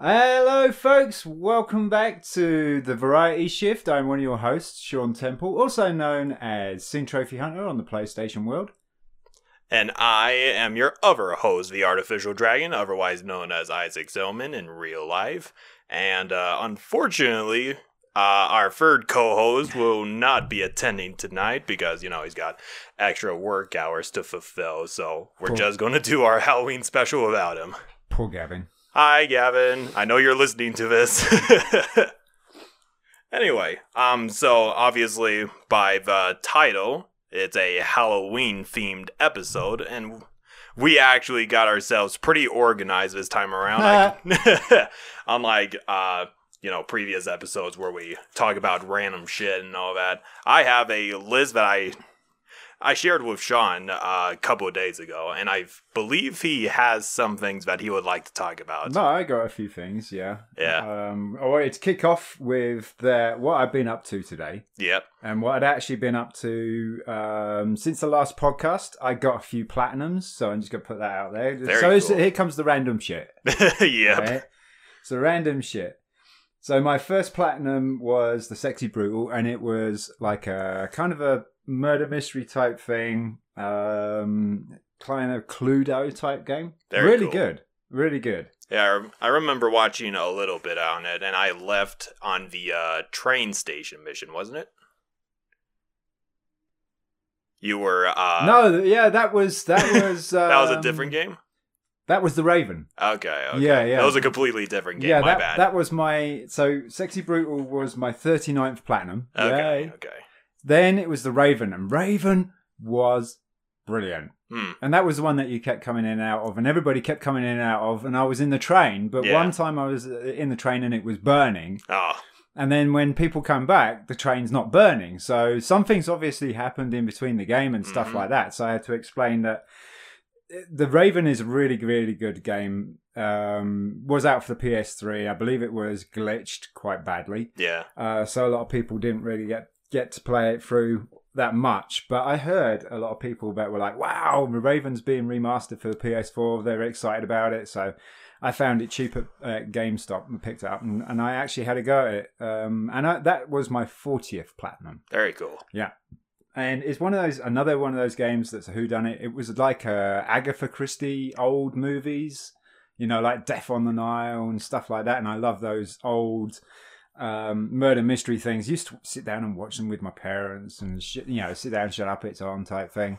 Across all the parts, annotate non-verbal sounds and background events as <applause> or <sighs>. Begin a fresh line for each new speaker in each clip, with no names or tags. Hello, folks. Welcome back to the Variety Shift. I'm one of your hosts, Sean Temple, also known as Sin Trophy Hunter on the PlayStation World.
And I am your other host, the Artificial Dragon, otherwise known as Isaac Zellman in real life. And uh, unfortunately, uh, our third co host will not be attending tonight because, you know, he's got extra work hours to fulfill. So we're
Cool.
just going to do our Halloween special without him.
Poor Gavin.
Hi, Gavin. I know you're listening to this. <laughs> anyway, um, so obviously by the title, it's a Halloween themed episode, and we actually got ourselves pretty organized this time around. I, <laughs> unlike uh, you know previous episodes where we talk about random shit and all that, I have a list that I I shared with Sean uh, a couple of days ago, and I believe he has some things that he would like to talk about.
No, I got a few things. Yeah.
Yeah,
Um, I wanted to kick off with the, what I've been up to today.
yep. <laughs>
and what I'd actually been up to um, since the last podcast. I got a few platinums, so I'm just gonna put that out there.
Very
so it's-
cool.
here comes the random shit.
yep.
right? So random shit. So my first platinum was the sexy brutal, and it was like a kind of a murder mystery type thing, um, kind of Cluedo type game.
Very
really
cool.
good, really good.
Yeah, I rem- I remember watching a little bit on it, and I left on the uh, train station mission, wasn't it? You were. Uh,
no, th- yeah, that was
<laughs>
that was um,
that was a different game.
That was the Raven.
Okay, okay.
Yeah, yeah.
That was a completely different game.
yeah,
my
that,
bad.
that was my so sexy brutal was my 39th platinum.
okay,
Yay.
okay.
Then it was the Raven, and Raven was brilliant.
Hmm.
And that was the one that you kept coming in and out of, and everybody kept coming in and out of. And I was in the train, but
Yeah.
one time I was uh, in the train and it was burning.
Oh,
And then when people come back, the train's not burning. So something's obviously happened in between the game and stuff
Mhm.
like that. So I had to explain that uh, the Raven is a really, really good game. Um, was out for the PS3. I believe it was glitched quite badly.
yeah.
Uh, so a lot of people didn't really get, get to play it through that much. But I heard a lot of people that were like, wow, the Raven's being remastered for the PS4. They're excited about it. So I found it cheap at uh, GameStop and picked it up. And, and I actually had a go at it. Um, and I, that was my 40th platinum.
Very cool.
And it's one of those, another one of those games that's a whodunit. It was like uh, Agatha Christie old movies, you know, like Death on the Nile and stuff like that. And I love those old um, murder mystery things. Used to sit down and watch them with my parents and sh- you know, sit down, shut up, it's on type thing.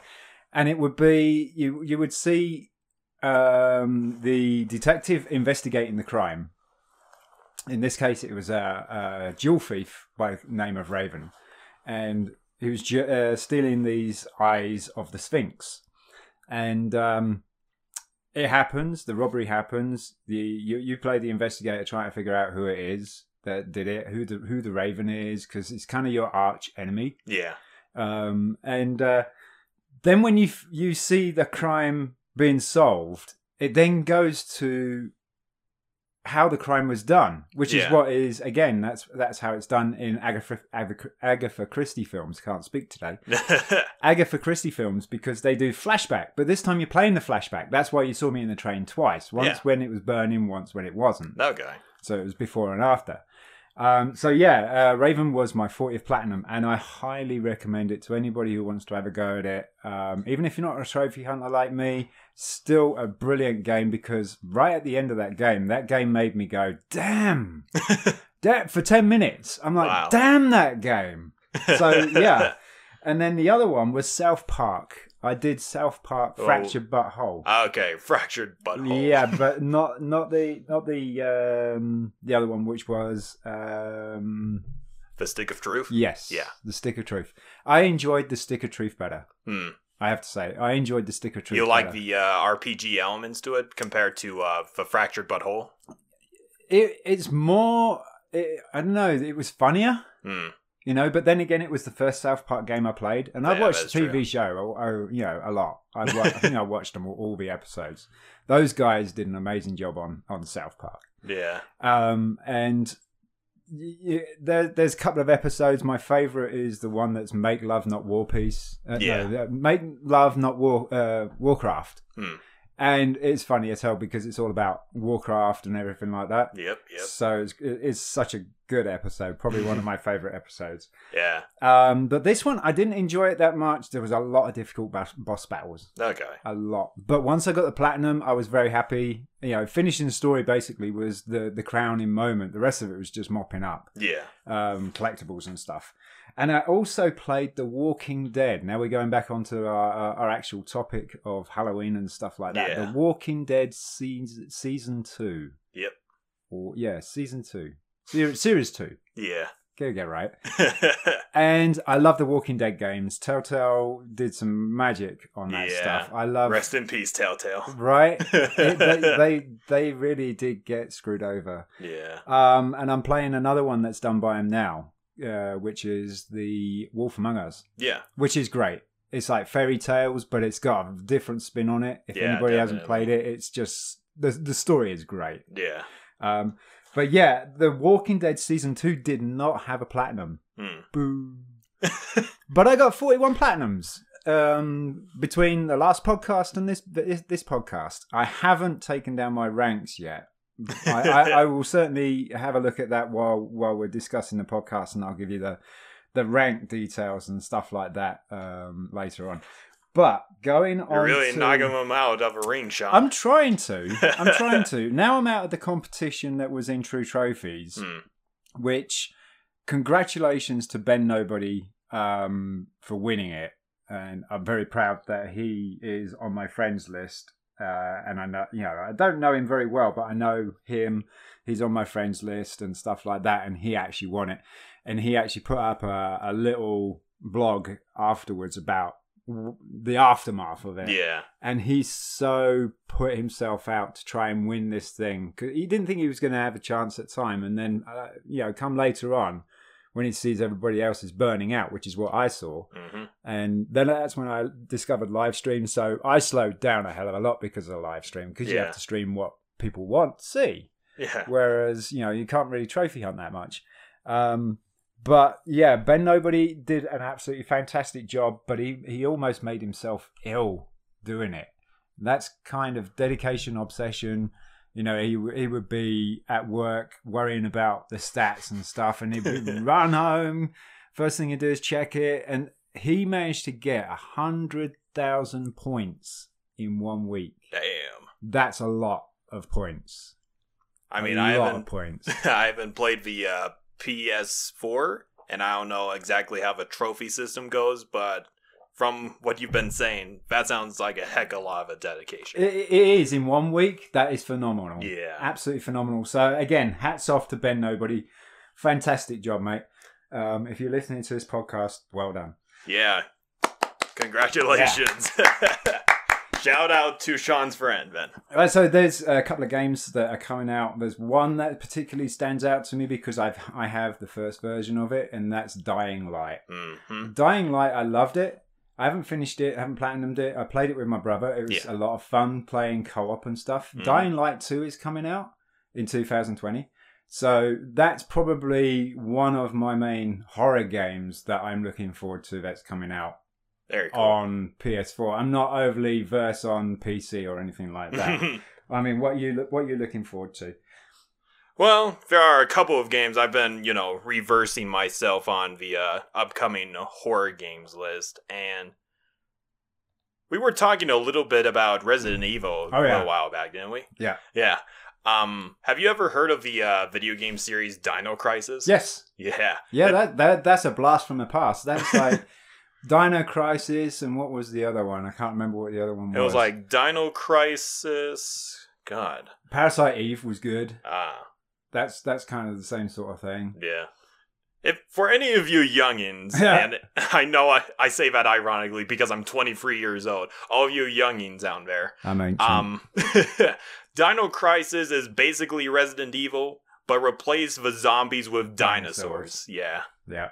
And it would be you, you would see um, the detective investigating the crime. In this case, it was a, a jewel thief by the name of Raven, and he was ju- uh, stealing these eyes of the Sphinx, and um, it happens. The robbery happens. The you, you play the investigator trying to figure out who it is that did it, who the who the Raven is, because it's kind of your arch enemy.
Yeah. <laughs>
Um, and uh, then when you f- you see the crime being solved, it then goes to how the crime was done, which is
Yeah.
what is again that's that's how it's done in Agatha Agatha, Agatha Christie films. Can't speak today. Agatha Christie films because they do flashback, but this time you're playing the flashback. That's why you saw me in the train twice. Once
Yeah.
when it was burning, once when it wasn't.
okay.
So it was before and after. Um, so yeah, uh, Raven was my 40th platinum, and I highly recommend it to anybody who wants to have a go at it. Um, even if you're not a trophy hunter like me, still a brilliant game because right at the end of that game, that game made me go, "Damn!" Da- for 10 minutes, I'm like,
Wow.
"Damn that game!" So yeah, and then the other one was South Park. I did South Park
Oh.
Fractured Butthole.
Okay. Fractured butthole.
Yeah, but not not the not the um the other one, which was um
The stick of truth.
yes,
Yeah.
the stick of truth. I enjoyed the stick of truth better.
Hmm.
I have to say, I enjoyed the stick of truth.
You like
better.
the uh, RPG elements to it compared to uh, the fractured butthole?
It, it's more. It, I don't know. It was funnier.
Hmm.
You know, but then again, it was the first South Park game I played, and I
Yeah,
watched
that's
the TV
true.
show, I, I, you know, a lot. I, wa- I
<laughs>
think I watched them all, all the episodes. Those guys did an amazing job on on South Park.
Yeah.
um, and y- y- there, there's a couple of episodes. My favorite is the one that's "Make Love Not War Peace." Uh,
Yeah.
no, uh, "Make Love Not War uh, Warcraft."
Hmm.
and it's funny as hell because it's all about Warcraft and everything like that.
Yep, yep.
So it's, it's such a good episode, probably one of
<laughs>
my favorite episodes.
Yeah.
Um, but this one, I didn't enjoy it that much. There was a lot of difficult bas- boss battles,
Okay.
a lot. But once I got the platinum, I was very happy. You know, finishing the story basically was the the crowning moment. The rest of it was just mopping up
Yeah.
um, collectibles and stuff. And I also played The Walking Dead. Now we're going back onto our, our, our actual topic of Halloween and stuff like that.
Yeah.
The Walking Dead season, season two.
Yep.
Or yeah, season two, Ser- series two.
Yeah. <laughs>
Go get right. And I love The Walking Dead games. Telltale did some magic on that
Yeah.
stuff. I love
Rest in peace, Telltale.
right. They-
<laughs>
they, they they really did get screwed over.
yeah.
Um, and I'm playing another one that's done by him now, uh, which is the Wolf Among Us,
Yeah.
which is great. It's like fairy tales, but it's got a different spin on it. If
Yeah,
anybody hasn't
definitely.
played it, it's just the the story is great.
Yeah.
Um, but yeah, The Walking Dead season two did not have a platinum.
Hmm.
Boo. but I got 41 platinums um, between the last podcast and this this, this podcast. I haven't taken down my ranks yet. I, I, I will certainly have a look at that while while we're discussing the podcast, and I'll give you the the rank details and stuff like that um, later on. But going on,
You're really
to-
knocking them out of a ring shot.
I'm trying to.
<laughs>
I'm trying to. Now I'm out of the competition that was in True Trophies,
Hmm.
which congratulations to Ben Nobody um, for winning it, and I'm very proud that he is on my friends list. Uh, and I know, you know, I don't know him very well, but I know him. He's on my friends list and stuff like that, and he actually won it. And he actually put up a, a little blog afterwards about w- the aftermath of it
yeah.
and he so put himself out to try and win this thing 'Cause he didn't think he was going to have a chance at time and then uh, you know come later on when he sees everybody else is burning out which is what i saw
hmm
and then that's when i discovered live stream so i slowed down a hell of a lot because of the live stream because you
Yeah.
have to stream what people want to see
Yeah.
whereas you know you can't really trophy hunt that much um but yeah ben nobody did an absolutely fantastic job but he he almost made himself ill doing it that's kind of dedication obsession you know he, w- he would be at work worrying about the stats and stuff and he'd
<laughs>
be run home first thing you do is check it and he managed to get a hundred thousand points in one week
Damn.
that's a lot of points
I mean,
a
I
lot
haven't
of points
<laughs> I haven't played the uh, PS4, and I don't know exactly how the trophy system goes, but from what you've been saying, that sounds like a heck of a lot of a dedication.
It, it is in one week. That is phenomenal.
Yeah.
absolutely phenomenal. So again, hats off to Ben Nobody. Fantastic job, mate. Um, if you're listening to this podcast, well done.
yeah. Congratulations. <laughs> Shout out to Sean's friend, then.
Uh, so there's a couple of games that are coming out. There's one that particularly stands out to me because I've I have the first version of it, and that's Dying Light.
hmm
Dying Light, I loved it. I haven't finished it. I haven't platinumed it. I played it with my brother. It was
Yeah.
a lot of fun playing co-op and stuff.
Mhm.
Dying Light 2 is coming out in 2020. So that's probably one of my main horror games that I'm looking forward to that's coming out
Very cool.
on PS4. I'm not overly versed on PC or anything like
<laughs>
that. I mean, what you what you're looking forward to?
Well, there are a couple of games I've been, you know, reversing myself on the uh, upcoming horror games list, and we were talking a little bit about Resident Evil
Oh, yeah.
a while back, didn't we?
Yeah.
Yeah. Um, have you ever heard of the uh, video game series Dino Crisis?
Yes.
Yeah.
Yeah, that, that that's a blast from the past. That's like <laughs> Dino Crisis and what was the other one? I can't remember what the other one was.
It was like Dino Crisis. God.
Parasite Eve was good.
Ah.
That's that's kind of the same sort of thing.
Yeah. If for any of you youngins,
Yeah.
and <laughs> I know I, I say that ironically because I'm 23 years old, all of you youngins out there,
I'm ancient.
um, <laughs> Dino Crisis is basically Resident Evil, but replace the zombies with
Dinosaurs.
dinosaurs. Yeah.
yeah.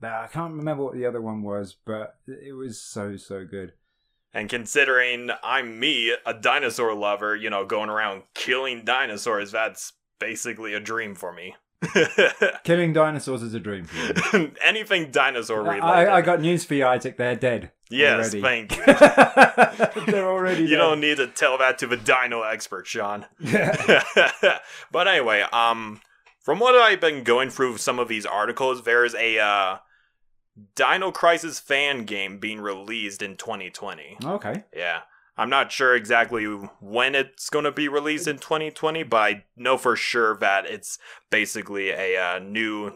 Now, I can't remember what the other one was, but it was so so good.
And considering I'm me, a dinosaur lover, you know, going around killing dinosaurs, that's basically a dream for me. <laughs>
Hmm. Killing dinosaurs is a dream for you.
Anything dinosaur related. <laughs>
I, I got news for you, Isaac. They're dead. <laughs>
Yes,
already.
thank you.
They're already.
You don't need to tell that to the dino expert, Sean. <laughs>
Yeah.
but anyway, um, from what I've been going through some of these articles, there's a uh, Dino Crisis fan game being released in 2020.
<laughs> Okay.
Yeah. I'm not sure exactly when it's going to be released in 2020, but I know for sure that it's basically a uh, new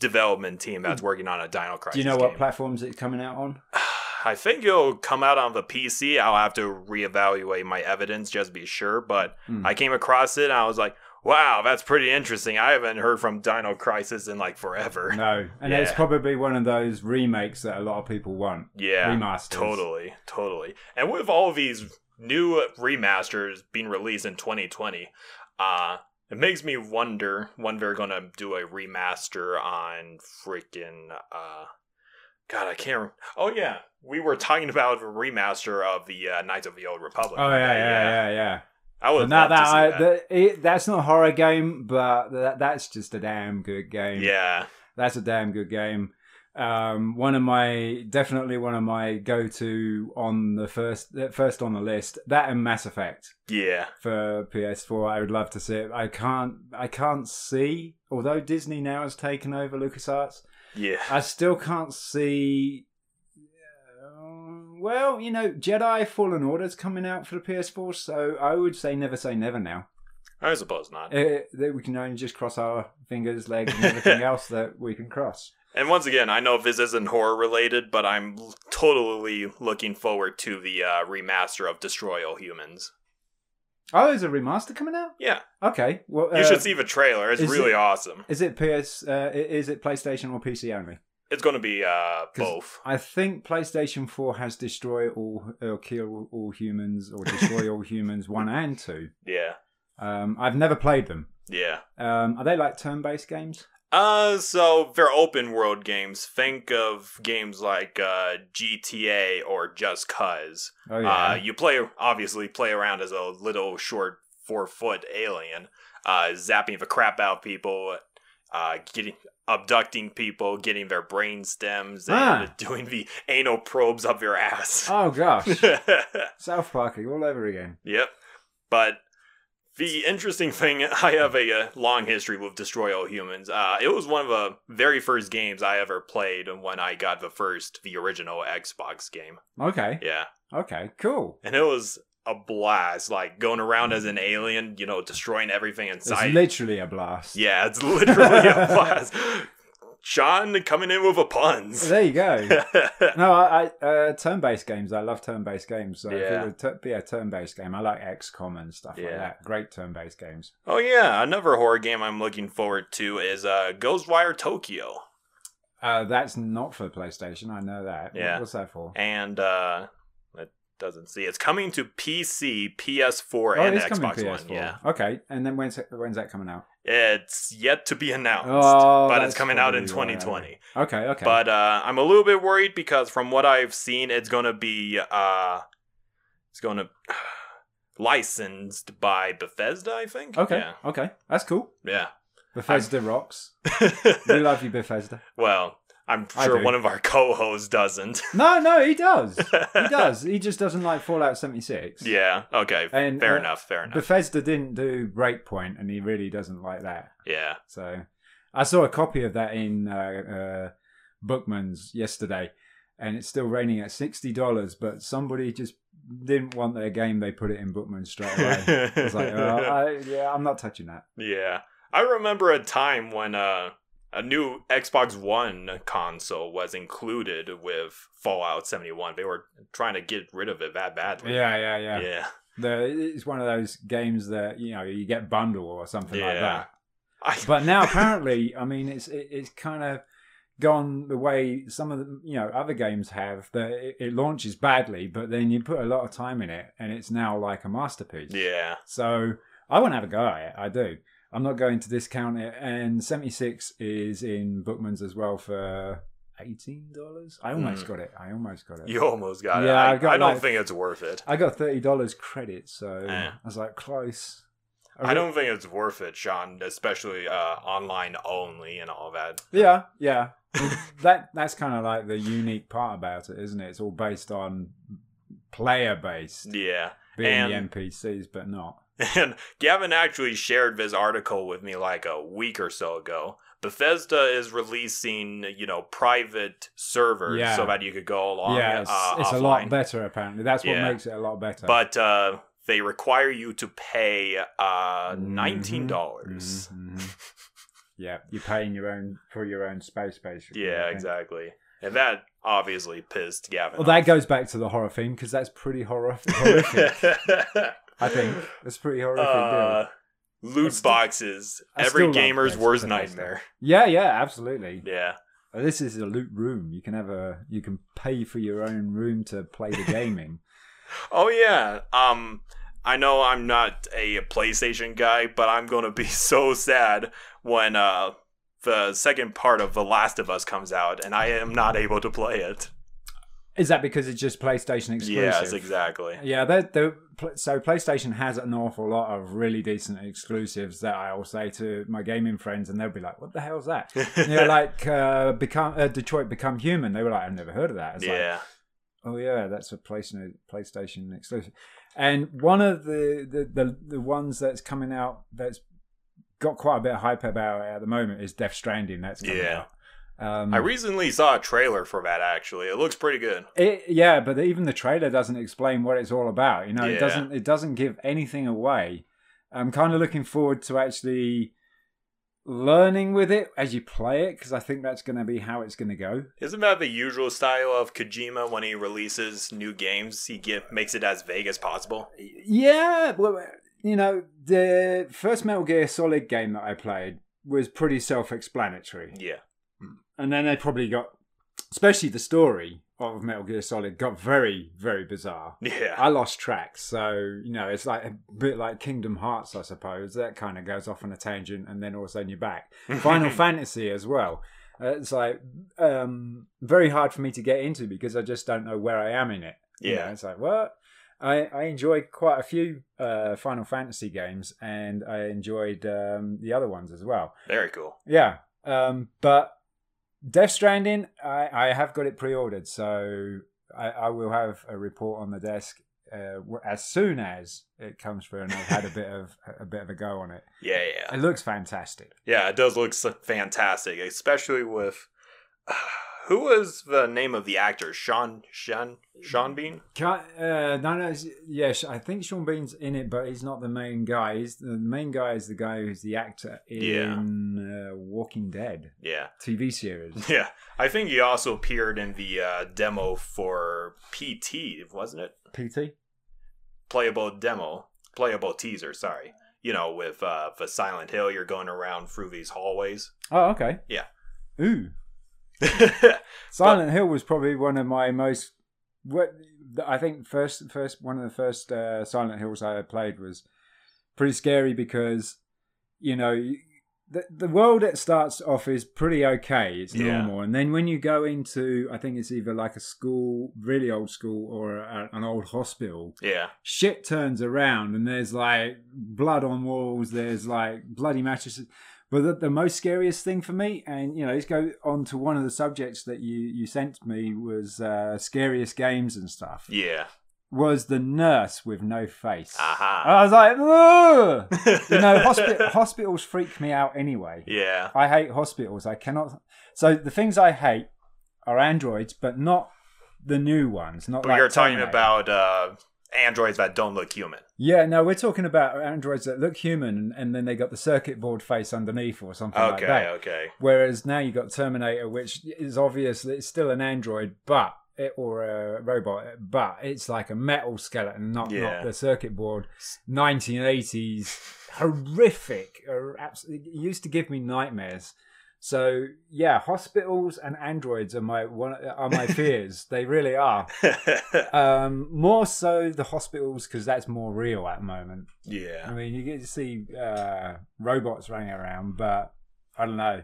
development team that's working on a Dino
Hmm.
Crisis.
Do you know what
game.
platforms it's coming out on?
<sighs> I think it'll come out on the PC. I'll have to reevaluate my evidence just to be sure, but
Hmm.
I came across it and I was like, wow, that's pretty interesting. I haven't heard from Dino Crisis in like forever.
No, and it's
Yeah.
probably one of those remakes that a lot of people want.
Yeah.
Remasters.
Totally, totally. And with all these new remasters being released in 2020, uh, it makes me wonder when they're gonna do a remaster on freaking uh, God, I can't. Rem- oh yeah, we were talking about the remaster of the uh, Knights of the Old Republic.
Oh yeah, yeah, yeah, yeah.
I would
But now
love
that,
to see
I,
that.
The, it, that's not a horror game, but that, that's just a damn good game.
yeah,
that's a damn good game. Um, one of my definitely one of my go to on the first uh, first on the list. That and Mass Effect
yeah,
for PS4. I would love to see it. I can't I can't see. Although Disney now has taken over LucasArts,
yeah.
I still can't see. uh, Well, you know, Jedi Fallen Order's coming out for the PS4, so I would say never say never now.
I suppose not.
Uh, that we can only just cross our fingers, legs, and
<laughs>
everything else that we can cross.
And once again, I know this isn't horror related, but I'm l- totally looking forward to the uh, remaster of Destroy All Humans.
Oh, is a remaster coming out?
Yeah,
Okay. Well,
you
uh,
should see the trailer. It's
is
really
it-
awesome.
Is it PS? Uh, i- is it PlayStation or PC only?
It's going to be uh,
'Cause-
both.
I think PlayStation Four has destroy all or kill all humans or destroy
<laughs>
all humans one and two.
Yeah,
Um, I've never played them.
yeah.
Um, are they like turn-based games?
Uh, so they're open world games. Think of games like uh, GTA or Just Cause.
Oh yeah.
Uh, you play obviously play around as a little short four foot alien, uh, zapping the crap out of people, uh, getting abducting people, getting their brain stems, and
Ah.
<laughs> doing the anal probes up your ass.
oh
<laughs>
gosh. South Park all over again.
yep. But the interesting thing, <laughs> I have a, uh long history with Destroy All Humans. Uh, it was one of the very first games I ever played when I got the first, the original Xbox game.
Okay.
Yeah.
Okay. Cool.
and it was a blast like going around as an alien you know destroying everything
It's
inside
literally a blast.
yeah it's literally
<laughs>
a blast sean coming in with a puns
There you go.
<laughs>
No, I, I uh, turn-based games. I love turn-based games. So
Yeah.
if it would tu- be a turn-based game, I like XCOM and stuff
Yeah.
like that. Great turn-based games.
oh yeah another horror game i'm looking forward to is uh ghostwire tokyo
Uh, that's not for PlayStation. I know that.
Yeah.
What's that for?
and uh it doesn't see it's coming to pc ps4
oh,
and
it's coming
xbox
PS4.
one yeah
Okay. And then when's it- when's that coming out?
it's yet to be announced
Oh,
but
that's
it's coming out in
probably why.
2020
Okay. Okay.
But uh, I'm a little bit worried because from what I've seen, it's gonna be uh, it's gonna <sighs> licensed by Bethesda, I think.
okay. Okay. That's cool.
Yeah.
Bethesda rocks. We
Yeah.
love you, Bethesda.
<laughs> well, I'm
I
sure
do.
one of our <laughs> co-hosts doesn't.
No, no, he does.
<laughs>
He does. He just doesn't like Fallout 76.
yeah. Okay.
And,
fair
uh,
enough. Fair enough.
Bethesda didn't do Breakpoint, and he really doesn't like that.
yeah.
So I saw a copy of that in uh, uh, Bookman's yesterday, and it's still raining at sixty dollars. But somebody just didn't want their game; they put it in Bookman's straight
<laughs>
away. it's like, oh, I, yeah, I'm not touching that.
Yeah. I remember a time when uh, a new Xbox One console was included with Fallout 71. They were trying to get rid of it that badly.
Yeah, yeah, yeah.
Yeah.
The, it's one of those games that you know you get bundle or something like
Yeah.
that.
<laughs> I,
<laughs> But now apparently, I mean, it's it, it's kind of gone the way some of the you know other games have that it, it launches badly but then you put a lot of time in it and it's now like a masterpiece
yeah.
So I want to have a go at it. I do. I'm not going to discount it. And 76 is in Bookman's as well for $18. I almost
Mm.
got it. I almost got it.
You almost got it.
Yeah,
I,
I've got
I don't
like-
think it's worth it.
I got $30 credit. So
Yeah.
I was like, close.
I don't think it's worth it, Sean, especially uh, online only and all that.
Yeah, yeah.
<laughs>
that that's kind of like the unique part about it, isn't it? It's all based on player based
Yeah. <laughs>
being
Mm. and-
the NPCs, but not.
And Gavin actually shared this article with me like a week or so ago. Bethesda is releasing, you know, private servers
Yeah.
so that you could go along.
yeah, it's,
uh,
it's a
offline.
lot better apparently. That's what
Yeah.
makes it a lot better.
But uh, they require you to pay uh,
Mm-hmm.
nineteen dollars.
Mhm,
<laughs>
mhm. yeah, you're paying your own for your own space, basically. I
Yeah,
think.
exactly. And that obviously pissed Gavin.
Well, that goes back to the horror theme because that's pretty horror- <laughs> horrific.
that
I think that's pretty horrific. yeah.
uh,
I
loot
still-
boxes,
I still
every
love
gamer's
Bethesda.
worst
Bethesda.
nightmare.
yeah, yeah, absolutely.
Yeah.
Uh, This is a loot room. You can have a you can pay for your own room to play the game in.
Oh yeah. Um I know I'm not a PlayStation guy, but I'm going to be <laughs> so sad when uh the second part of The Last of Us comes out and I am not able to play it.
Is that because it's just PlayStation exclusive?
Yes, exactly.
Yeah, they they so PlayStation has an awful lot of really decent exclusives that I'll say to my gaming friends, and they'll be like, "What the hell's that?" you know, like uh, become uh, Detroit Become Human. They were like, "I've never heard of that." It's like,
<laughs> yeah.
oh yeah, that's a PlayStation PlayStation exclusive. And one of the the, the the ones that's coming out that's got quite a bit of hype about it at the moment is Death Stranding. That's coming
Yeah.
out. Um,
I recently saw a trailer for that actually. It looks pretty good.
it, yeah, but even the trailer doesn't explain what it's all about. You know, it
Yeah.
doesn't it doesn't give anything away. I'm kind of looking forward to actually learning with it as you play it because I think that's going to be how it's going to go.
Isn't that the usual style of Kojima when he releases new games? He get, makes it as vague as possible.
Yeah, well, you know, the first Metal Gear Solid game that I played was pretty self-explanatory,
Yeah.
and then they probably got, especially the story of Metal Gear Solid, got very, very bizarre.
Yeah.
I lost track, so you know it's like a bit like Kingdom Hearts, I suppose. That kind of goes off on a tangent, and then all of a sudden you're back. <laughs>
<laughs>
Final Fantasy as well. Uh, it's like um, very hard for me to get into because I just don't know where I am in it. You know,
Yeah.
it's like what I, I enjoyed quite a few uh, Final Fantasy games, and I enjoyed um, the other ones as well.
Very cool.
Yeah, um, but Death Stranding, I, I have got it pre-ordered, so I, I will have a report on the desk uh, w- as soon as it comes through, and I've had a bit of a bit of a go on it.
Yeah, yeah.
It looks fantastic.
Yeah, it does look s- fantastic, especially with <sighs> who was the name of the actor? Sean Sean Sean Bean?
Can, uh, no, no, it's- yes, I think Sean Bean's in it, but he's not the main guy. He's, the main guy is the guy who's the actor
Yeah.
in uh, Walking Dead
Yeah, <laughs>
TV series.
yeah. I think he also appeared in the uh, demo for PT, wasn't it?
PT.
Playable demo, playable teaser. Sorry, you know, with uh, the Silent Hill, you're going around through these hallways. <laughs>
Oh, okay.
Yeah.
Ooh. Silent Hill was probably one of my most. What I think first, first one of the first uh, Silent Hills I had played was pretty scary because you know you- the the world it starts off is pretty okay, it's
Yeah.
normal, and then when you go into I think it's either like a school, really old school, or a, an old hospital,
yeah,
shit turns around and there's like blood on walls there's like bloody mattresses but the, the most scariest thing for me and you know let's go on to one of the subjects that you you sent me was uh scariest games and stuff
yeah.
was the nurse with no face
Aha.
i was like Ugh! Uh,
<laughs>
you know hospi- <laughs>
hospital.
hospitals freak me out anyway
yeah,
I hate hospitals. I cannot. So the things I hate are androids, but not the new ones. Not
but
like
you're talking
Terminator.
about uh, androids that don't look human.
Yeah, no, we're talking about androids that look human and, and then they got the circuit board face underneath or something like
Okay,
that.
okay.
Whereas now you've got Terminator, which is obviously it's still an android, but it, or a robot, but it's like a metal skeleton, not,
Yeah.
not the circuit board. 1980s, horrific. or abs- It used to give me nightmares. So yeah, hospitals and androids are my one are
<laughs>
my fears. they really are. Um, more so the hospitals because that's more real at the moment. I
yeah.
mean, you get to see uh, robots running around, but I don't know.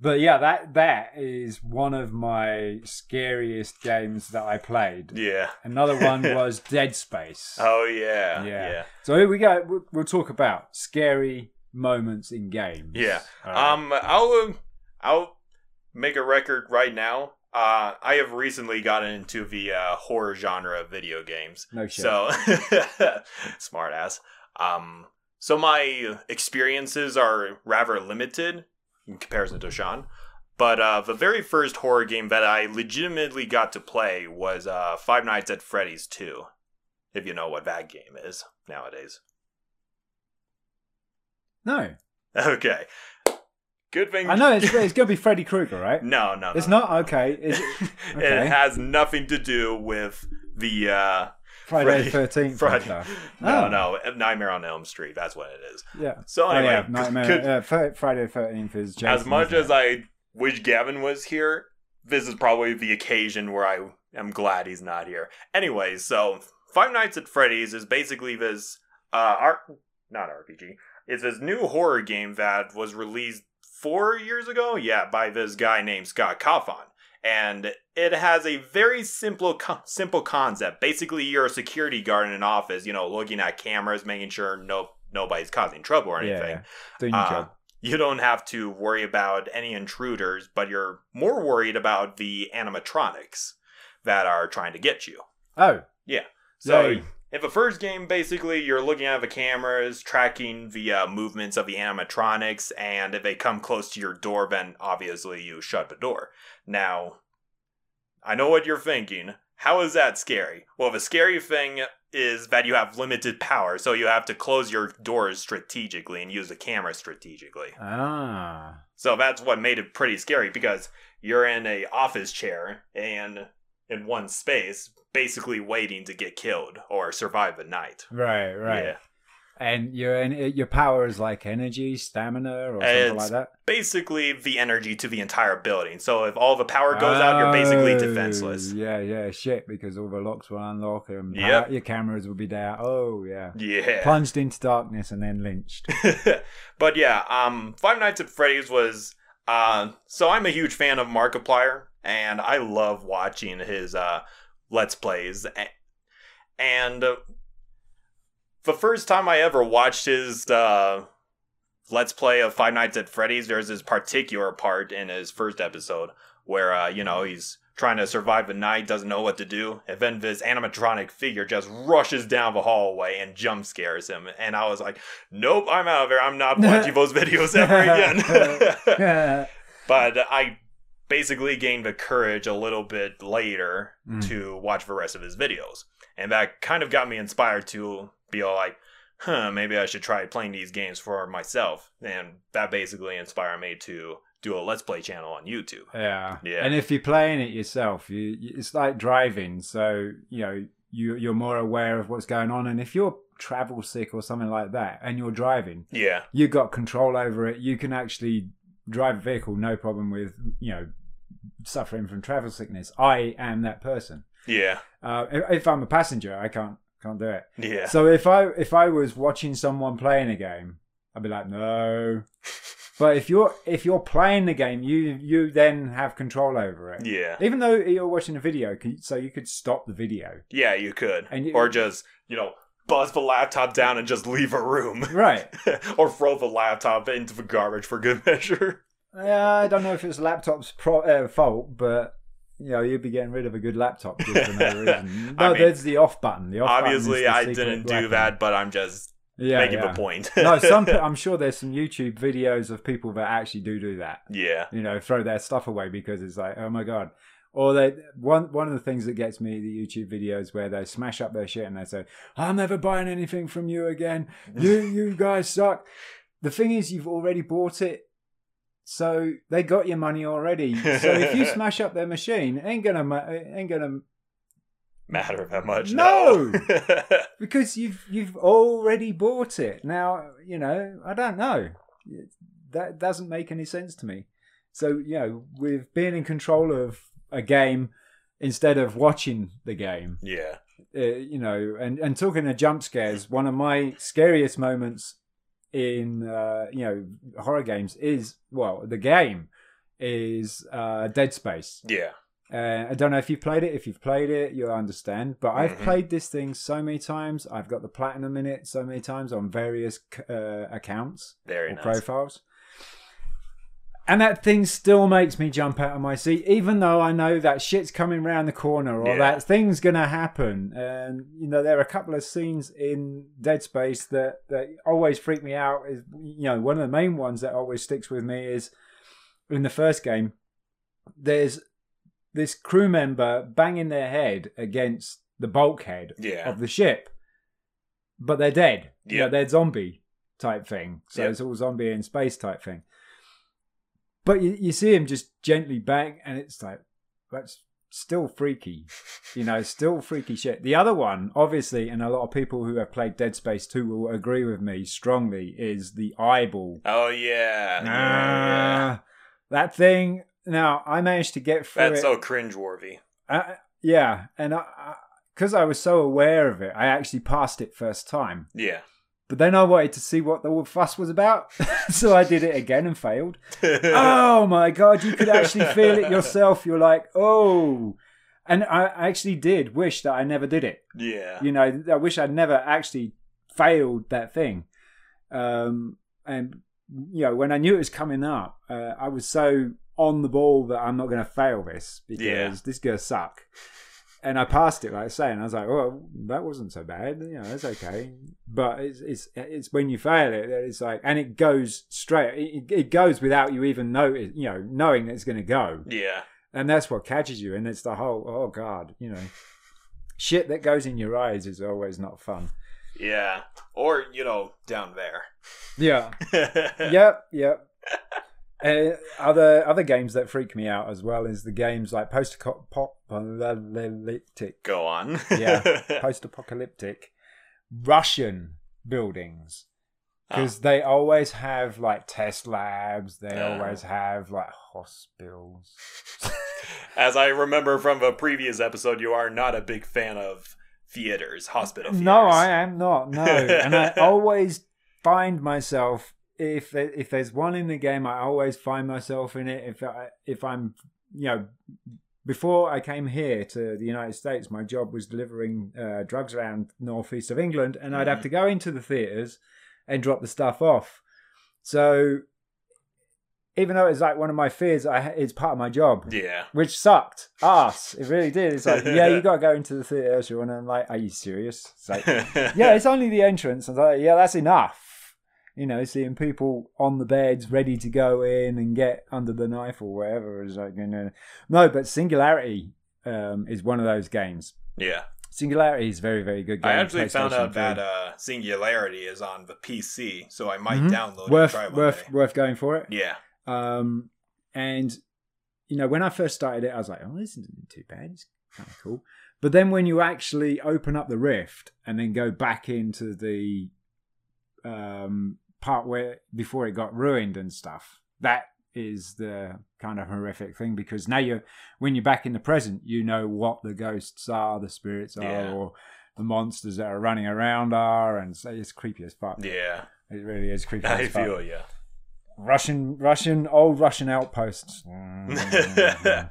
But yeah, that that is one of my scariest games that I played.
Yeah.
Another
<laughs>
one was Dead Space.
Oh yeah.
Yeah.
Yeah.
So here we go. We'll, we'll talk about scary moments in games.
Yeah.
All right.
Um, I'll I'll make a record right now. Uh, I have recently gotten into the uh, horror genre of video games.
no shit.
So <laughs> smart ass. Um, so my experiences are rather limited in comparison to Sean. But uh, the very first horror game that I legitimately got to play was uh, Five Nights at Freddy's 2, if you know what that game is nowadays. <laughs>
no,
Okay. Good thing.
I know it's, it's going to be Freddy Krueger, right?
<laughs> No, no, no.
It's
no,
not
no.
okay. It's okay.
<laughs> It has nothing to do with the uh,
Friday
Freddy-
the Thirteenth.
Friday. No,
Oh.
no, Nightmare on Elm Street. That's what it is.
Yeah.
So
Oh,
anyway,
yeah, Nightmare.
could-
yeah, Fri- Friday the Thirteenth is
as
Jason,
much
isn't
as
it?
I wish Gavin was here, this is probably the occasion where I am glad he's not here. Anyway, so Five Nights at Freddy's is basically this uh art not RPG. It's this new horror game that was released four years ago, yeah, by this guy named Scott Coffon. And it has a very simple co- simple concept. Basically, you're a security guard in an office, you know, looking at cameras, making sure no nobody's causing trouble or
Yeah,
anything.
yeah. doing your
Uh,
job.
You don't have to worry about any intruders, but you're more worried about the animatronics that are trying to get you.
Oh,
So,
Yay.
in the first game, basically, you're looking at the cameras, tracking the uh, movements of the animatronics, and if they come close to your door, then obviously you shut the door. Now, I know what you're thinking. How is that scary? Well, the scary thing is that you have limited power, so you have to close your doors strategically and use the camera strategically.
ah,
So that's what made it pretty scary because you're in a office chair and in one space, basically waiting to get killed or survive the night.
right, right.
Yeah.
And your en- eh, your power is like energy, stamina, or something
It's-
like that.
Basically, the energy to the entire building. So if all the power goes out, you're basically
Oh,
defenseless.
Yeah, yeah, shit. Because all the locks will unlock, and power-
Yep.
your cameras will be down. Oh, yeah.
Yeah.
Plunged into darkness and then
<laughs>
lynched. <laughs>
but yeah, um, Five Nights at Freddy's was. Uh, so I'm a huge fan of Markiplier, and I love watching his uh, Let's Plays. A- And uh, the first time I ever watched his uh, Let's Play of Five Nights at Freddy's, there's this particular part in his first episode where, uh, you know, he's trying to survive the night, doesn't know what to do, and then this animatronic figure just rushes down the hallway and jump scares him. And I was like, nope, I'm out of here. I'm not watching those videos ever again.
yeah,
but I basically gained the courage a little bit later
Mm.
to watch the rest of his videos. And that kind of got me inspired to be all like, huh, maybe I should try playing these games for myself. And that basically inspired me to do a Let's Play channel on YouTube.
yeah.
Yeah.
And if you're playing it yourself, you, you- it's like driving. So you know you you're more aware of what's going on. And if you're travel sick or something like that, and you're driving,
Yeah.
you got control over it. You can actually drive a vehicle, no problem with you know suffering from travel sickness. I am that person.
Yeah.
Uh, if, if I'm a passenger, I can't can't do it.
Yeah.
So if I if I was watching someone playing a game, I'd be like,
<laughs>
no. But if you're if you're playing the game, you you then have control over it.
yeah.
Even though you're watching a video, c- so you could stop the video.
Yeah, you could.
And you-
or just, you know, buzz the laptop down and just leave a room. <laughs>
Right.
or throw the laptop into the garbage for good measure.
Yeah, I don't know if it's the laptop's pro- uh, fault, but you know you'd be getting rid of a good laptop just for
<laughs>
no reason.
I
No,
mean,
there's the off button. The off button is
Obviously,
the
I
secret
didn't
weapon.
do that, but I'm just
Yeah,
making
yeah.
a point.
no,
<laughs>
some pe- I'm sure there's some YouTube videos of people that actually do do that.
yeah.
You know, throw their stuff away because it's like, oh my god. Or they one one of the things that gets me the YouTube videos where they smash up their shit and they say, "I'm never buying anything from you again. You you guys suck." The thing is, you've already bought it, so they got your money already. So if you smash up their machine, it ain't gonna ma- it ain't gonna
Matter that much.
No!
No.
because you've you've already bought it. Now you know I don't know. That doesn't make any sense to me. So you know, with being in control of a game instead of watching the game,
<laughs> yeah.
uh, you know, and and talking of jump scares, one of my scariest moments in uh, you know horror games is well the game is uh, Dead Space.
Yeah.
Uh, I don't know if you've played it. If you've played it, you'll understand. But I've
Mhm.
played this thing so many times. I've got the platinum in it so many times on various c- uh, accounts
Very
or
nice.
profiles. And that thing still makes me jump out of my seat, even though I know that shit's coming round the corner or
Yeah.
that thing's gonna happen. And you know, there are a couple of scenes in Dead Space that that always freak me out. Is you know, one of the main ones that always sticks with me is in the first game. There's this crew member banging their head against the bulkhead
yeah.
of the ship, but they're dead. Yeah,
Yep.
they're zombie type thing. So
Yep.
it's all zombie in space type thing. But you, you see him just gently bang, and it's like that's still
<laughs>
freaky, you know, still freaky shit. The other one, obviously, and a lot of people who have played Dead Space Two will agree with me strongly, is the eyeball.
Oh yeah. yeah.
Ah, That thing. Now I managed to get through
That's
it.
so cringeworthy.
I- yeah, and I because I, was so aware of it, I actually passed it first time.
Yeah.
But then I wanted to see what the whole fuss was about, <laughs> so I did it again and failed. oh my god, you could actually feel it yourself. You're like, oh, and I actually did wish that I never did it.
<laughs> yeah.
You know, I wish I'd never actually failed that thing. Um, and you know, when I knew it was coming up, uh, I was so on the ball that I'm not going to fail this because
Yeah.
this gonna suck. And I passed it, like I say, and I was like, "Oh, that wasn't so bad. You know, that's okay." But it's it's it's when you fail it that it's like, and it goes straight. It, it goes without you even notice, you know, knowing that it's going to go
Yeah.
and that's what catches you and it's the whole oh god you know shit that goes in your eyes is always not fun
Yeah. Or, you know, down there. <laughs>
yeah <laughs> yep yep uh, other other games that freak me out as well is the games like post apocalyptic
Go on.
Yeah. post apocalyptic russian buildings because they always have like test labs they
Oh.
always have like hospitals
<laughs> As I remember from a previous episode, you are not a big fan of theaters, hospital theaters.
No, I am not. No, and I always find myself if if there's one in the game, I always find myself in it. If I if I'm you know before I came here to the United States, my job was delivering uh, drugs around northeast of England, and I'd have
Mhm.
to go into the theaters and drop the stuff off. So even though it's like one of my fears, I it's part of my job
Yeah.
which sucked ass. It really did. It's like, yeah,
<laughs>
you gotta go into the theater, Sean. And I'm like, are you serious? It's like,
<laughs>
yeah, it's only the entrance. I was like, yeah, that's enough. You know, seeing people on the beds ready to go in and get under the knife or whatever is like, you know. no, but Singularity um, is one of those games.
yeah.
Singularity is a very, very good game.
I actually found
PlayStation
out that
3.
uh, Singularity is on the PC, so I might
Mhm.
download
worth
it and try one
worth
uh, day.
worth going for it.
Yeah.
Um, and you know, when I first started it, I was like, "Oh, this isn't too bad. It's kind of cool." But then when you actually open up the rift and then go back into the um, part where before it got ruined and stuff, that is the kind of horrific thing because now you're when you're back in the present, you know what the ghosts are, the spirits are,
Yeah.
or the monsters that are running around are, and so it's creepy as fuck. <laughs>
Yeah.
It really is creepy.
<laughs> I
as fuck.
feel yeah.
Russian, Russian, old Russian
<laughs>
outposts. Mm. no.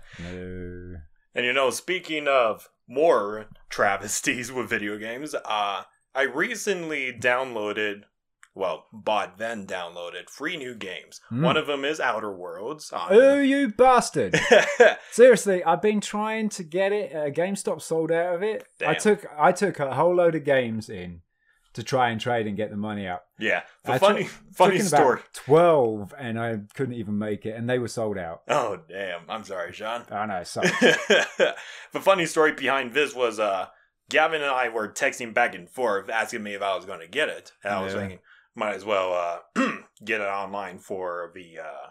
And you know, speaking of more travesties <laughs> with video games, uh, I recently downloaded, well, bought then downloaded three new games.
Hmm.
One of them is Outer Worlds.
Oh,
On...
you bastard! Seriously, I've been trying to get it. Uh, GameStop sold out of it. I
Damn.
took, I took a whole load of games in to try and trade and get the money up.
<laughs> yeah, the
I took-
funny, funny
Took in
story.
About Twelve, and I couldn't even make it, and they were sold out.
Oh damn! I'm sorry, Sean.
I know. So
<laughs> the funny story behind this was uh, Gavin and I were texting back and forth asking me if I was going to get it. And I was
Yeah.
thinking, might as well uh, <clears throat> get it online for the uh,